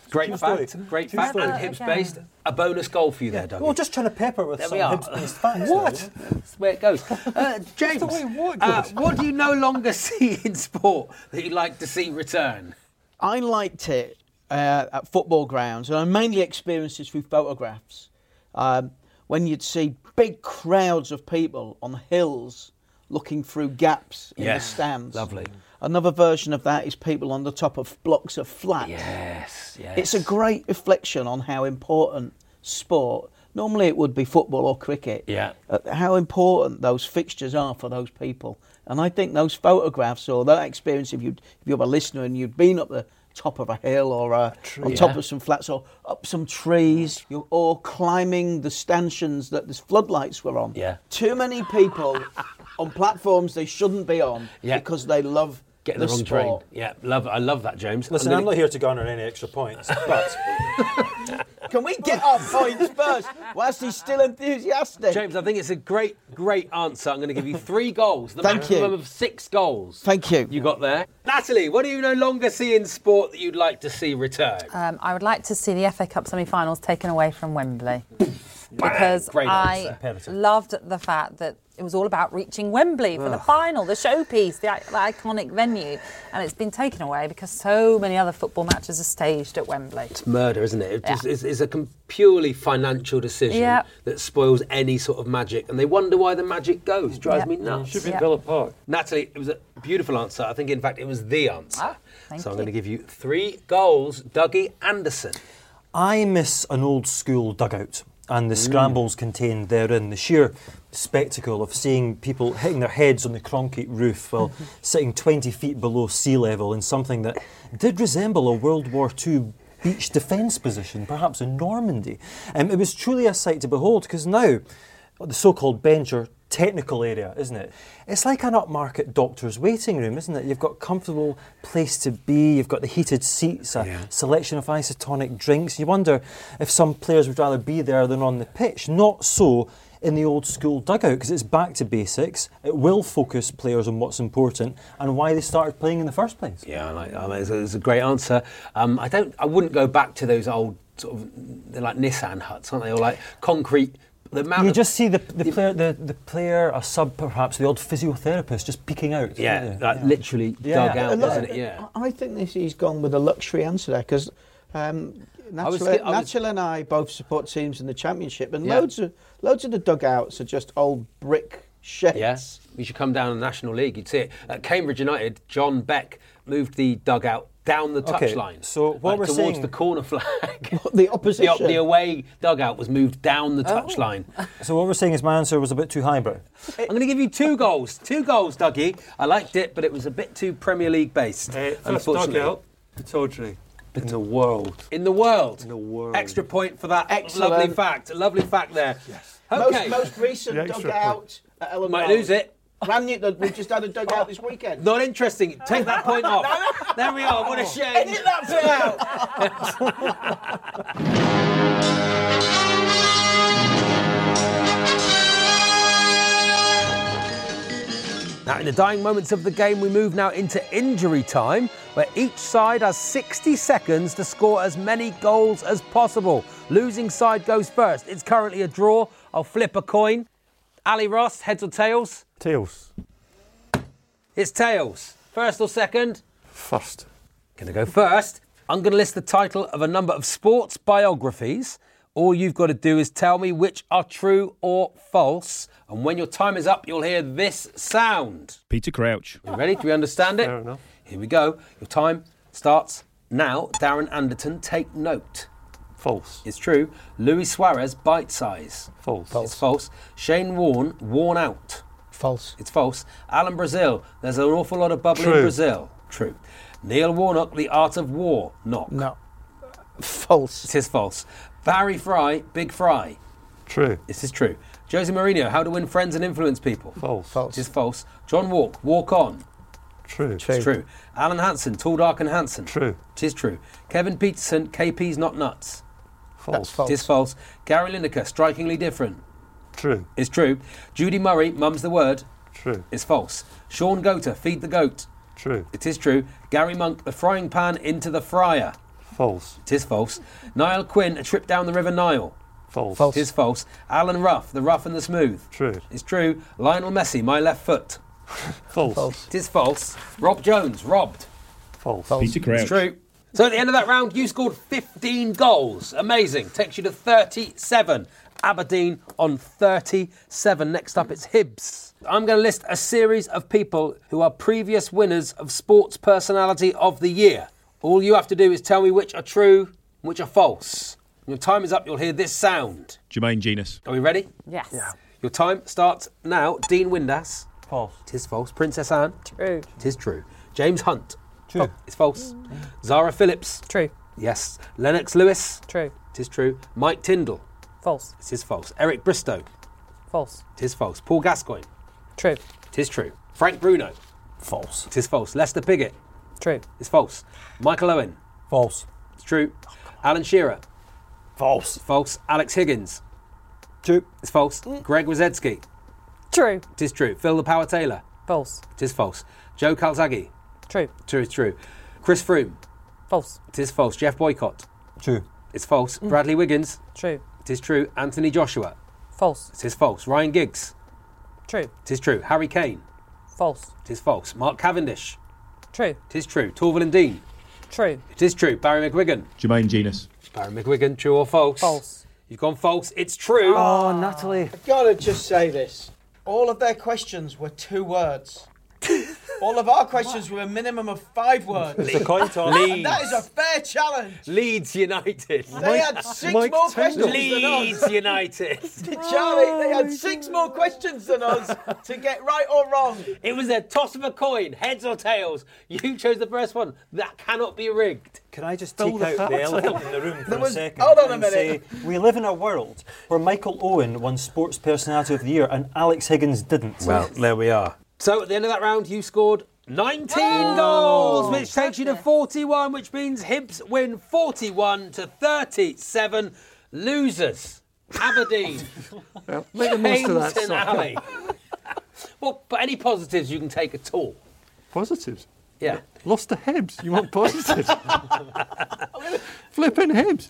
Speaker 1: Great
Speaker 3: story.
Speaker 1: fact. Great
Speaker 3: True
Speaker 1: fact.
Speaker 3: story.
Speaker 1: And Hibs based. A bonus goal for you there, Doug.
Speaker 3: Well, just trying to pepper with
Speaker 1: There
Speaker 3: some
Speaker 1: we are.
Speaker 3: Hibs-based facts.
Speaker 1: What? That's where it goes. Uh, James, uh, what do you no longer see in sport that you'd like to see return?
Speaker 4: I liked it uh, at football grounds, and I mainly experienced it through photographs. Um, when you'd see big crowds of people on the hills looking through gaps in
Speaker 1: Yeah,
Speaker 4: the stands.
Speaker 1: lovely.
Speaker 4: Another version of that is people on the top of blocks of flats.
Speaker 1: Yes, yes.
Speaker 4: It's a great reflection on how important sport, normally it would be football or cricket,
Speaker 1: Yeah.
Speaker 4: uh, how important those fixtures are for those people. And I think those photographs or that experience, if, you if you're a listener and you've been up the top of a hill or uh, on
Speaker 1: yeah.
Speaker 4: top of some flats or up some trees, you're all climbing the stanchions that the floodlights were on.
Speaker 1: Yeah.
Speaker 4: Too many people on platforms they shouldn't be on
Speaker 1: Yeah.
Speaker 4: because they love
Speaker 1: Get
Speaker 4: the,
Speaker 1: the, wrong
Speaker 4: sport.
Speaker 1: train. Yeah, love. I love that, James.
Speaker 3: Listen, I'm not here to garner any extra points, but
Speaker 4: Can we get our points first whilst he's still enthusiastic?
Speaker 1: James, I think it's a great, great answer. I'm going to give you three goals. The
Speaker 4: Thank you.
Speaker 1: maximum of six goals.
Speaker 4: Thank you.
Speaker 1: You got there. Natalie, what do you no longer see in sport that you'd like to see return?
Speaker 5: Um, I would like to see the FA Cup semi-finals taken away from Wembley because
Speaker 1: Great
Speaker 5: I
Speaker 1: answer. Imperative.
Speaker 5: loved the fact that it was all about reaching Wembley for the
Speaker 1: Ugh.
Speaker 5: final, the showpiece, the, i- the iconic venue, and it's been taken away because so many other football matches are staged at Wembley.
Speaker 1: It's murder, isn't it? It
Speaker 5: Yeah.
Speaker 1: just, it's, it's a com- purely financial decision
Speaker 5: Yeah.
Speaker 1: that spoils any sort of magic, and they wonder why the magic goes. Drives me
Speaker 5: Yeah.
Speaker 1: nuts.
Speaker 5: Should be Yeah. Villa
Speaker 1: Park. Natalie, it was a beautiful answer. I think, in fact, it was the answer.
Speaker 5: Ah, thank
Speaker 1: so I'm
Speaker 5: you.
Speaker 1: going to give you three goals. Dougie Anderson.
Speaker 3: I miss an old school dugout and the scrambles contained therein, the sheer spectacle of seeing people hitting their heads on the concrete roof while sitting 20 feet below sea level in something that did resemble a World War II beach defence position, perhaps in Normandy. Um, it was truly a sight to behold because now the so-called bench or technical area, isn't it? It's like an upmarket doctor's waiting room, isn't it? You've got comfortable place to be, you've got the heated seats, a selection of isotonic drinks. You wonder if some players would rather be there than on the pitch. Not so in the old school dugout because it's back to basics. It will focus players on what's important and why they started playing in the first place.
Speaker 1: Yeah, I like that. It's a, it's a great answer. Um, I don't. I wouldn't go back to those old sort of they're like Nissan huts, aren't they? Or like concrete. The amount
Speaker 3: You
Speaker 1: of-
Speaker 3: just see the, the player, the, the player, a sub perhaps, the old physiotherapist just peeking out. don't
Speaker 1: Yeah,
Speaker 3: you?
Speaker 1: like literally
Speaker 3: Yeah.
Speaker 1: dug out,
Speaker 3: A lot
Speaker 1: isn't
Speaker 3: of
Speaker 1: it?
Speaker 3: it-
Speaker 1: Yeah.
Speaker 4: I I think this he's gone with a luxury answer there because um,
Speaker 1: I was
Speaker 4: Natchel,
Speaker 1: thi- I was-
Speaker 4: Natchel and I both support teams in the championship, and
Speaker 1: Yeah.
Speaker 4: loads of loads of the dugouts are just old brick sheds.
Speaker 1: Yes, you should come down to the National League. You'd see it at Cambridge United. John Beck moved the dugout down the
Speaker 3: Okay,
Speaker 1: touchline.
Speaker 3: so what
Speaker 1: like
Speaker 3: we're
Speaker 1: towards
Speaker 3: saying-
Speaker 1: the corner flag.
Speaker 4: the
Speaker 1: the,
Speaker 4: opposition.
Speaker 1: the away dugout was moved down the touchline.
Speaker 3: So what we're saying is my answer was a bit too highbrow.
Speaker 1: I'm going to give you two goals. Two goals, Dougie. I liked it, but it was a bit too Premier League based.
Speaker 2: Uh, First dugout, Pataudry. In the world.
Speaker 1: In the world.
Speaker 2: In the world.
Speaker 1: Extra point for that.
Speaker 4: Excellent.
Speaker 1: Lovely fact. Lovely fact there. Okay.
Speaker 4: Most, most recent
Speaker 1: The extra
Speaker 4: dugout at Ellen
Speaker 1: Might
Speaker 4: Road.
Speaker 1: lose it.
Speaker 4: Brand new, we just had a dugout this weekend.
Speaker 1: Not interesting. Take that point off. there we are. What a shame.
Speaker 4: Oh. Edit that bit out.
Speaker 1: Now, in the dying moments of the game, we move now into injury time, where each side has 60 seconds to score as many goals as possible. Losing side goes first. It's currently a draw. I'll flip a coin. Ali Ross, heads or tails?
Speaker 2: Tails.
Speaker 1: It's tails. First or second?
Speaker 2: First.
Speaker 1: Gonna go first. I'm gonna list the title of a number of sports biographies. All you've got to do is tell me which are true or false. And when your time is up, you'll hear this sound.
Speaker 9: Peter Crouch.
Speaker 1: You ready? Do we understand it? Fair enough. Here we go. Your time starts now. Darren Anderton, take note.
Speaker 2: False.
Speaker 1: It's true. Luis Suarez, bite size.
Speaker 2: False.
Speaker 1: It's false. Shane Warne, worn out.
Speaker 4: False.
Speaker 1: It's false. Alan Brazil, there's an awful lot of bubbly in
Speaker 2: True.
Speaker 1: Brazil. True. Neil Warnock, The Art of War. Knock.
Speaker 4: No. False.
Speaker 1: It is false. Barry Fry, Big Fry.
Speaker 2: True.
Speaker 1: This is true. Jose Mourinho, How to Win Friends and Influence People. It
Speaker 2: False.
Speaker 1: is false. John Walk, Walk On.
Speaker 2: True.
Speaker 1: It's true. Alan Hansen, Tall, Dark and Handsome.
Speaker 2: True.
Speaker 1: It is true. Kevin Peterson, KP's Not Nuts.
Speaker 2: False.
Speaker 1: It is false. Gary Lineker, Strikingly Different.
Speaker 2: True.
Speaker 1: It's true. Judy Murray, mum's the word.
Speaker 2: True.
Speaker 1: It's false. Sean Goater, feed the goat.
Speaker 2: True.
Speaker 1: It is true. Gary Monk, the frying pan into the fryer.
Speaker 2: False.
Speaker 1: It is false. Niall Quinn, a trip down the River Nile.
Speaker 2: False.
Speaker 1: It is false. Alan Ruff, the rough and the smooth.
Speaker 2: True.
Speaker 1: It's true. Lionel Messi, my left foot.
Speaker 2: false.
Speaker 1: It is false. Rob Jones, robbed.
Speaker 2: False.
Speaker 9: Peter Crouch.
Speaker 1: It's true. So at the end of that round, you scored 15 goals. Amazing. Takes you to 37. Aberdeen on 37. Next up, it's Hibs. I'm going to list a series of people who are previous winners of Sports Personality of the Year. All you have to do is tell me which are true, and which are false. When your time is up, you'll hear this sound.
Speaker 9: Jermaine Genus.
Speaker 1: Are we ready?
Speaker 5: Yes.
Speaker 1: Your time starts now. Dean Windass.
Speaker 2: False.
Speaker 1: Tis false. Princess Anne.
Speaker 5: True.
Speaker 1: Tis true. James Hunt. Oh,
Speaker 2: True.
Speaker 1: It's false. Zara Phillips.
Speaker 5: True.
Speaker 1: Yes. Lennox Lewis.
Speaker 5: True.
Speaker 1: Tis true. Mike Tyndall.
Speaker 5: False.
Speaker 1: Tis false. Eric Bristow.
Speaker 5: False.
Speaker 1: Tis false. Paul Gascoigne.
Speaker 5: True.
Speaker 1: Tis true. Frank Bruno.
Speaker 2: False.
Speaker 1: Tis false. Lester Piggott.
Speaker 5: True.
Speaker 1: It's false. Michael Owen.
Speaker 2: False.
Speaker 1: It's true. Alan Shearer.
Speaker 2: False.
Speaker 1: False. Alex Higgins.
Speaker 2: True.
Speaker 1: It's false. Greg Wazedski.
Speaker 5: True.
Speaker 1: Tis true. Phil the Power Taylor.
Speaker 5: False.
Speaker 1: Tis false. Joe Calzaghe.
Speaker 5: True.
Speaker 1: True, it's true. Chris Froome.
Speaker 5: False.
Speaker 1: It is false. Jeff Boycott.
Speaker 2: True.
Speaker 1: It's false. Bradley Wiggins.
Speaker 5: True.
Speaker 1: It is true. Anthony Joshua.
Speaker 5: False.
Speaker 1: It is false. Ryan Giggs.
Speaker 5: True.
Speaker 1: It is true. Harry Kane.
Speaker 5: False.
Speaker 1: It is false. Mark Cavendish.
Speaker 5: True.
Speaker 1: It is true. Torvald Dean.
Speaker 5: True.
Speaker 1: It is true. Barry McGuigan.
Speaker 9: Jermaine Genus.
Speaker 1: Barry McGuigan. True or false?
Speaker 5: False.
Speaker 1: You've gone false. It's true.
Speaker 3: Oh, Natalie.
Speaker 4: I've got to just say this. All of their questions were two words. All of our questions were a minimum of five words.
Speaker 3: It's a coin toss.
Speaker 4: And that is a fair challenge.
Speaker 1: Leeds United.
Speaker 4: They had six more questions than us.
Speaker 1: Leeds United.
Speaker 4: Charlie,
Speaker 3: Oh,
Speaker 4: they had six more questions than us to get right or wrong.
Speaker 1: It was a toss of a coin, heads or tails. You chose the first one. That cannot be rigged.
Speaker 3: Can I just
Speaker 1: Fill
Speaker 3: take
Speaker 1: the
Speaker 3: out
Speaker 1: hat.
Speaker 3: the elephant in the room for
Speaker 4: There was-
Speaker 3: a second?
Speaker 4: hold on a
Speaker 3: and
Speaker 4: minute.
Speaker 3: Say, we live in a world where Michael Owen won Sports Personality of the Year and Alex Higgins didn't.
Speaker 1: Well, there we are. So at the end of that round, you scored 19
Speaker 2: Oh,
Speaker 1: goals, which takes you to 41, which means Hibs win 41 to 37. Losers, Aberdeen,
Speaker 2: make the most of that,
Speaker 1: Haynes and
Speaker 2: son.
Speaker 1: Alley. well, but any positives you can take at all?
Speaker 2: Positives.
Speaker 1: Yeah.
Speaker 2: Lost to Hibs. You want positives? Flipping Hibs.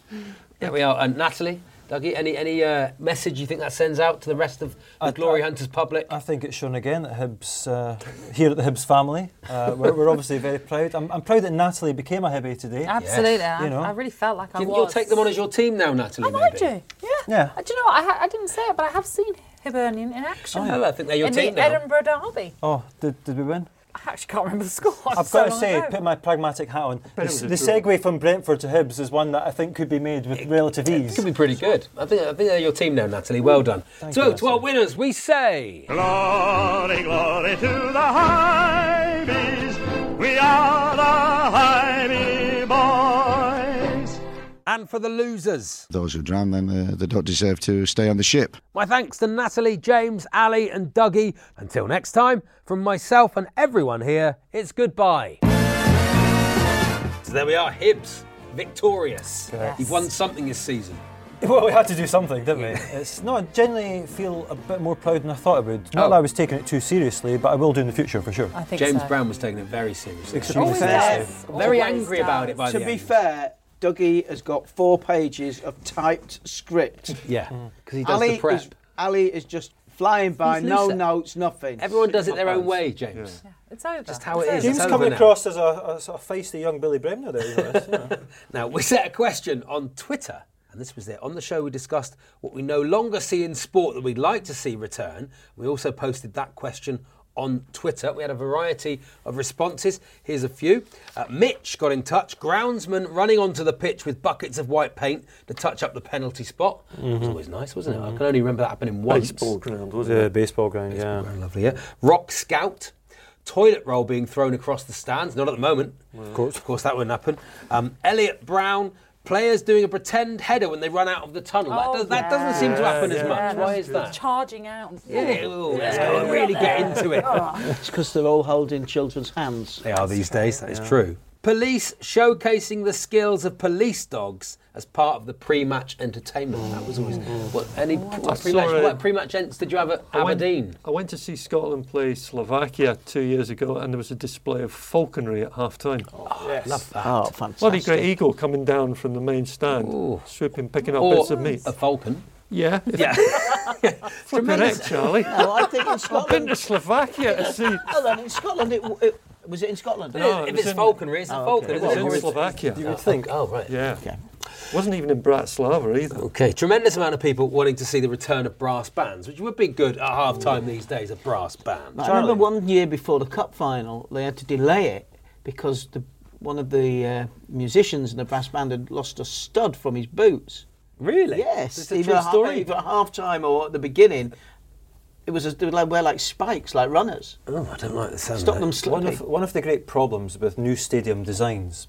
Speaker 1: Yeah, we are. And Natalie, Dougie, any any uh, message you think that sends out to the rest of the Glory Hunters public?
Speaker 3: I think it's shown again that Hibs, uh, here at the Hibs family, uh, we're, we're obviously very proud. I'm, I'm proud that Natalie became a Hibby today.
Speaker 5: Absolutely. I,
Speaker 3: You know.
Speaker 5: I really felt like I
Speaker 1: Do you think
Speaker 5: was.
Speaker 1: you'll take them on as your team now, Natalie?
Speaker 5: I might
Speaker 1: maybe?
Speaker 5: do. Yeah.
Speaker 3: Yeah.
Speaker 5: Uh, Do Oh, you know what? I, ha- I didn't say it, but I have seen Hibernian in action.
Speaker 1: Oh, yeah. Well, I think they're your
Speaker 5: in
Speaker 1: team
Speaker 5: the
Speaker 1: now.
Speaker 5: Edinburgh Derby.
Speaker 3: Oh, did, did we win?
Speaker 5: I actually can't remember the score.
Speaker 3: I've got to say, put my pragmatic hat on. The,
Speaker 2: it was
Speaker 3: s-
Speaker 2: a
Speaker 3: the segue from Brentford to Hibs is one that I think could be made with relative
Speaker 1: It
Speaker 3: ease.
Speaker 1: could be pretty good. I think I think they're your team now, Natalie. Well done. so to our winners, we say
Speaker 18: Glory, glory to the Hybees. We are the Hybee boys.
Speaker 1: and for the losers.
Speaker 8: Those who drown, then uh, they don't deserve to stay on the ship.
Speaker 1: My thanks to Natalie, James, Ali, and Dougie. Until next time, from myself and everyone here, it's goodbye. So there we are, Hibs, victorious.
Speaker 3: Correct.
Speaker 1: You've won something this season.
Speaker 3: Well, we had to do something, didn't we? It's no, I generally feel a bit more proud than I thought I would. Not
Speaker 1: Oh.
Speaker 3: that I was taking it too seriously, but I will do in the future for sure.
Speaker 5: I think
Speaker 1: James
Speaker 5: so.
Speaker 1: Brown was taking it very seriously.
Speaker 3: Extremely
Speaker 4: Always
Speaker 3: sensitive.
Speaker 4: does.
Speaker 1: Very
Speaker 4: Always
Speaker 1: angry
Speaker 4: does.
Speaker 1: about it by
Speaker 4: To
Speaker 1: the
Speaker 4: be
Speaker 1: end.
Speaker 4: fair, Dougie has got four pages of typed script.
Speaker 1: Yeah, because he does
Speaker 4: Ali
Speaker 1: the prep.
Speaker 4: Is, Ali is just flying by,
Speaker 1: He's
Speaker 4: no
Speaker 1: loose.
Speaker 4: notes, nothing.
Speaker 1: Everyone does it their own way, James.
Speaker 5: It's over.
Speaker 1: Just how it
Speaker 5: It's
Speaker 1: is.
Speaker 5: over.
Speaker 3: James
Speaker 1: over
Speaker 3: coming
Speaker 1: now.
Speaker 3: across as a, a sort of feisty young Billy Bremner there. You know,
Speaker 1: Now, we set a question on Twitter, and this was it. On the show, we discussed what we no longer see in sport that we'd like to see return. We also posted that question on Twitter. We had a variety of responses. Here's a few. Uh, Mitch got in touch. Groundsman running onto the pitch with buckets of white paint to touch up the penalty spot. It was always nice, wasn't it? I can only remember that happening once.
Speaker 2: Baseball ground, was
Speaker 3: yeah,
Speaker 2: it?
Speaker 3: baseball ground, yeah.
Speaker 1: Very lovely, yeah. Rock Scout. Toilet roll being thrown across the stands. Not at the moment. Of course. Of course, that wouldn't happen. Um, Elliot Brown. Players doing a pretend header when they run out of the tunnel.
Speaker 5: Oh,
Speaker 1: that, does, that doesn't seem to happen as much. Why is that?
Speaker 5: Charging out.
Speaker 1: Yeah, ooh, let's go and really get into it.
Speaker 5: Oh.
Speaker 4: It's because they're all holding children's hands.
Speaker 1: They are these days, that is true. Police showcasing the skills of police dogs as part of the pre-match entertainment. That was always what any what
Speaker 2: I
Speaker 1: pre-match,
Speaker 2: saw it.
Speaker 1: what pre-match ents did you have at
Speaker 2: I went-
Speaker 1: Aberdeen?
Speaker 2: I went to see Scotland play Slovakia two years ago, and there was a display of falconry at half time. Oh,
Speaker 1: yes. love that.
Speaker 4: Oh,
Speaker 2: Bloody
Speaker 4: fantastic.
Speaker 2: great eagle coming down from the main stand, swooping, picking up
Speaker 1: Or
Speaker 2: bits of meat.
Speaker 1: a falcon.
Speaker 2: Yeah.
Speaker 1: Oh, Yeah.
Speaker 2: Flipping heck, Charlie.
Speaker 4: No, Oh, I think in
Speaker 2: I've been
Speaker 4: Scotland.
Speaker 2: to Slovakia to see.
Speaker 4: Hold on, in Scotland, it, w- it was it in Scotland?
Speaker 2: No, it was in- Oh, okay. It was in
Speaker 1: Or it's-
Speaker 2: Slovakia.
Speaker 1: You would think. Oh right.
Speaker 2: Yeah. Wasn't even in Bratislava either.
Speaker 1: Okay, tremendous amount of people wanting to see the return of brass bands, which would be good at half time these days, a brass band.
Speaker 4: I remember one year before the cup final, they had to delay it because the, one of the uh, musicians in the brass band had lost a stud from his boots.
Speaker 1: Really?
Speaker 4: Yes.
Speaker 1: Is this
Speaker 4: either
Speaker 1: a true
Speaker 4: at ha-
Speaker 1: story?
Speaker 4: either at half time or at the beginning, it was a, they would like, wear like spikes, like runners.
Speaker 1: Oh, I don't like the sound.
Speaker 4: Stop
Speaker 3: Right.
Speaker 4: them
Speaker 3: One
Speaker 4: slipping.
Speaker 3: of, one of the great problems with new stadium designs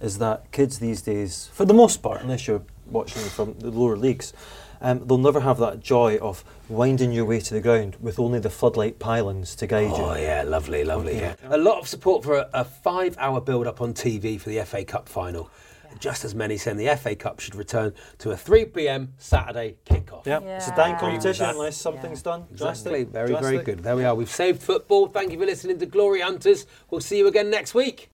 Speaker 3: is that kids these days, for the most part, unless you're watching from the lower leagues, um, they'll never have that joy of winding your way to the ground with only the floodlight pylons to guide you.
Speaker 1: Oh yeah, lovely, lovely. Yeah. A lot of support for a, a five-hour build-up on TV for the FA Cup final. Just as many saying the FA Cup should return to a 3 p.m. Saturday kickoff.
Speaker 3: Yeah, it's a dying
Speaker 1: Agree with
Speaker 3: competition
Speaker 1: that.
Speaker 3: unless something's done.
Speaker 1: Exactly.
Speaker 3: Drastic,
Speaker 1: Very, very
Speaker 3: drastic.
Speaker 1: good. There we are. We've saved football. Thank you for listening to Glory Hunters. We'll see you again next week.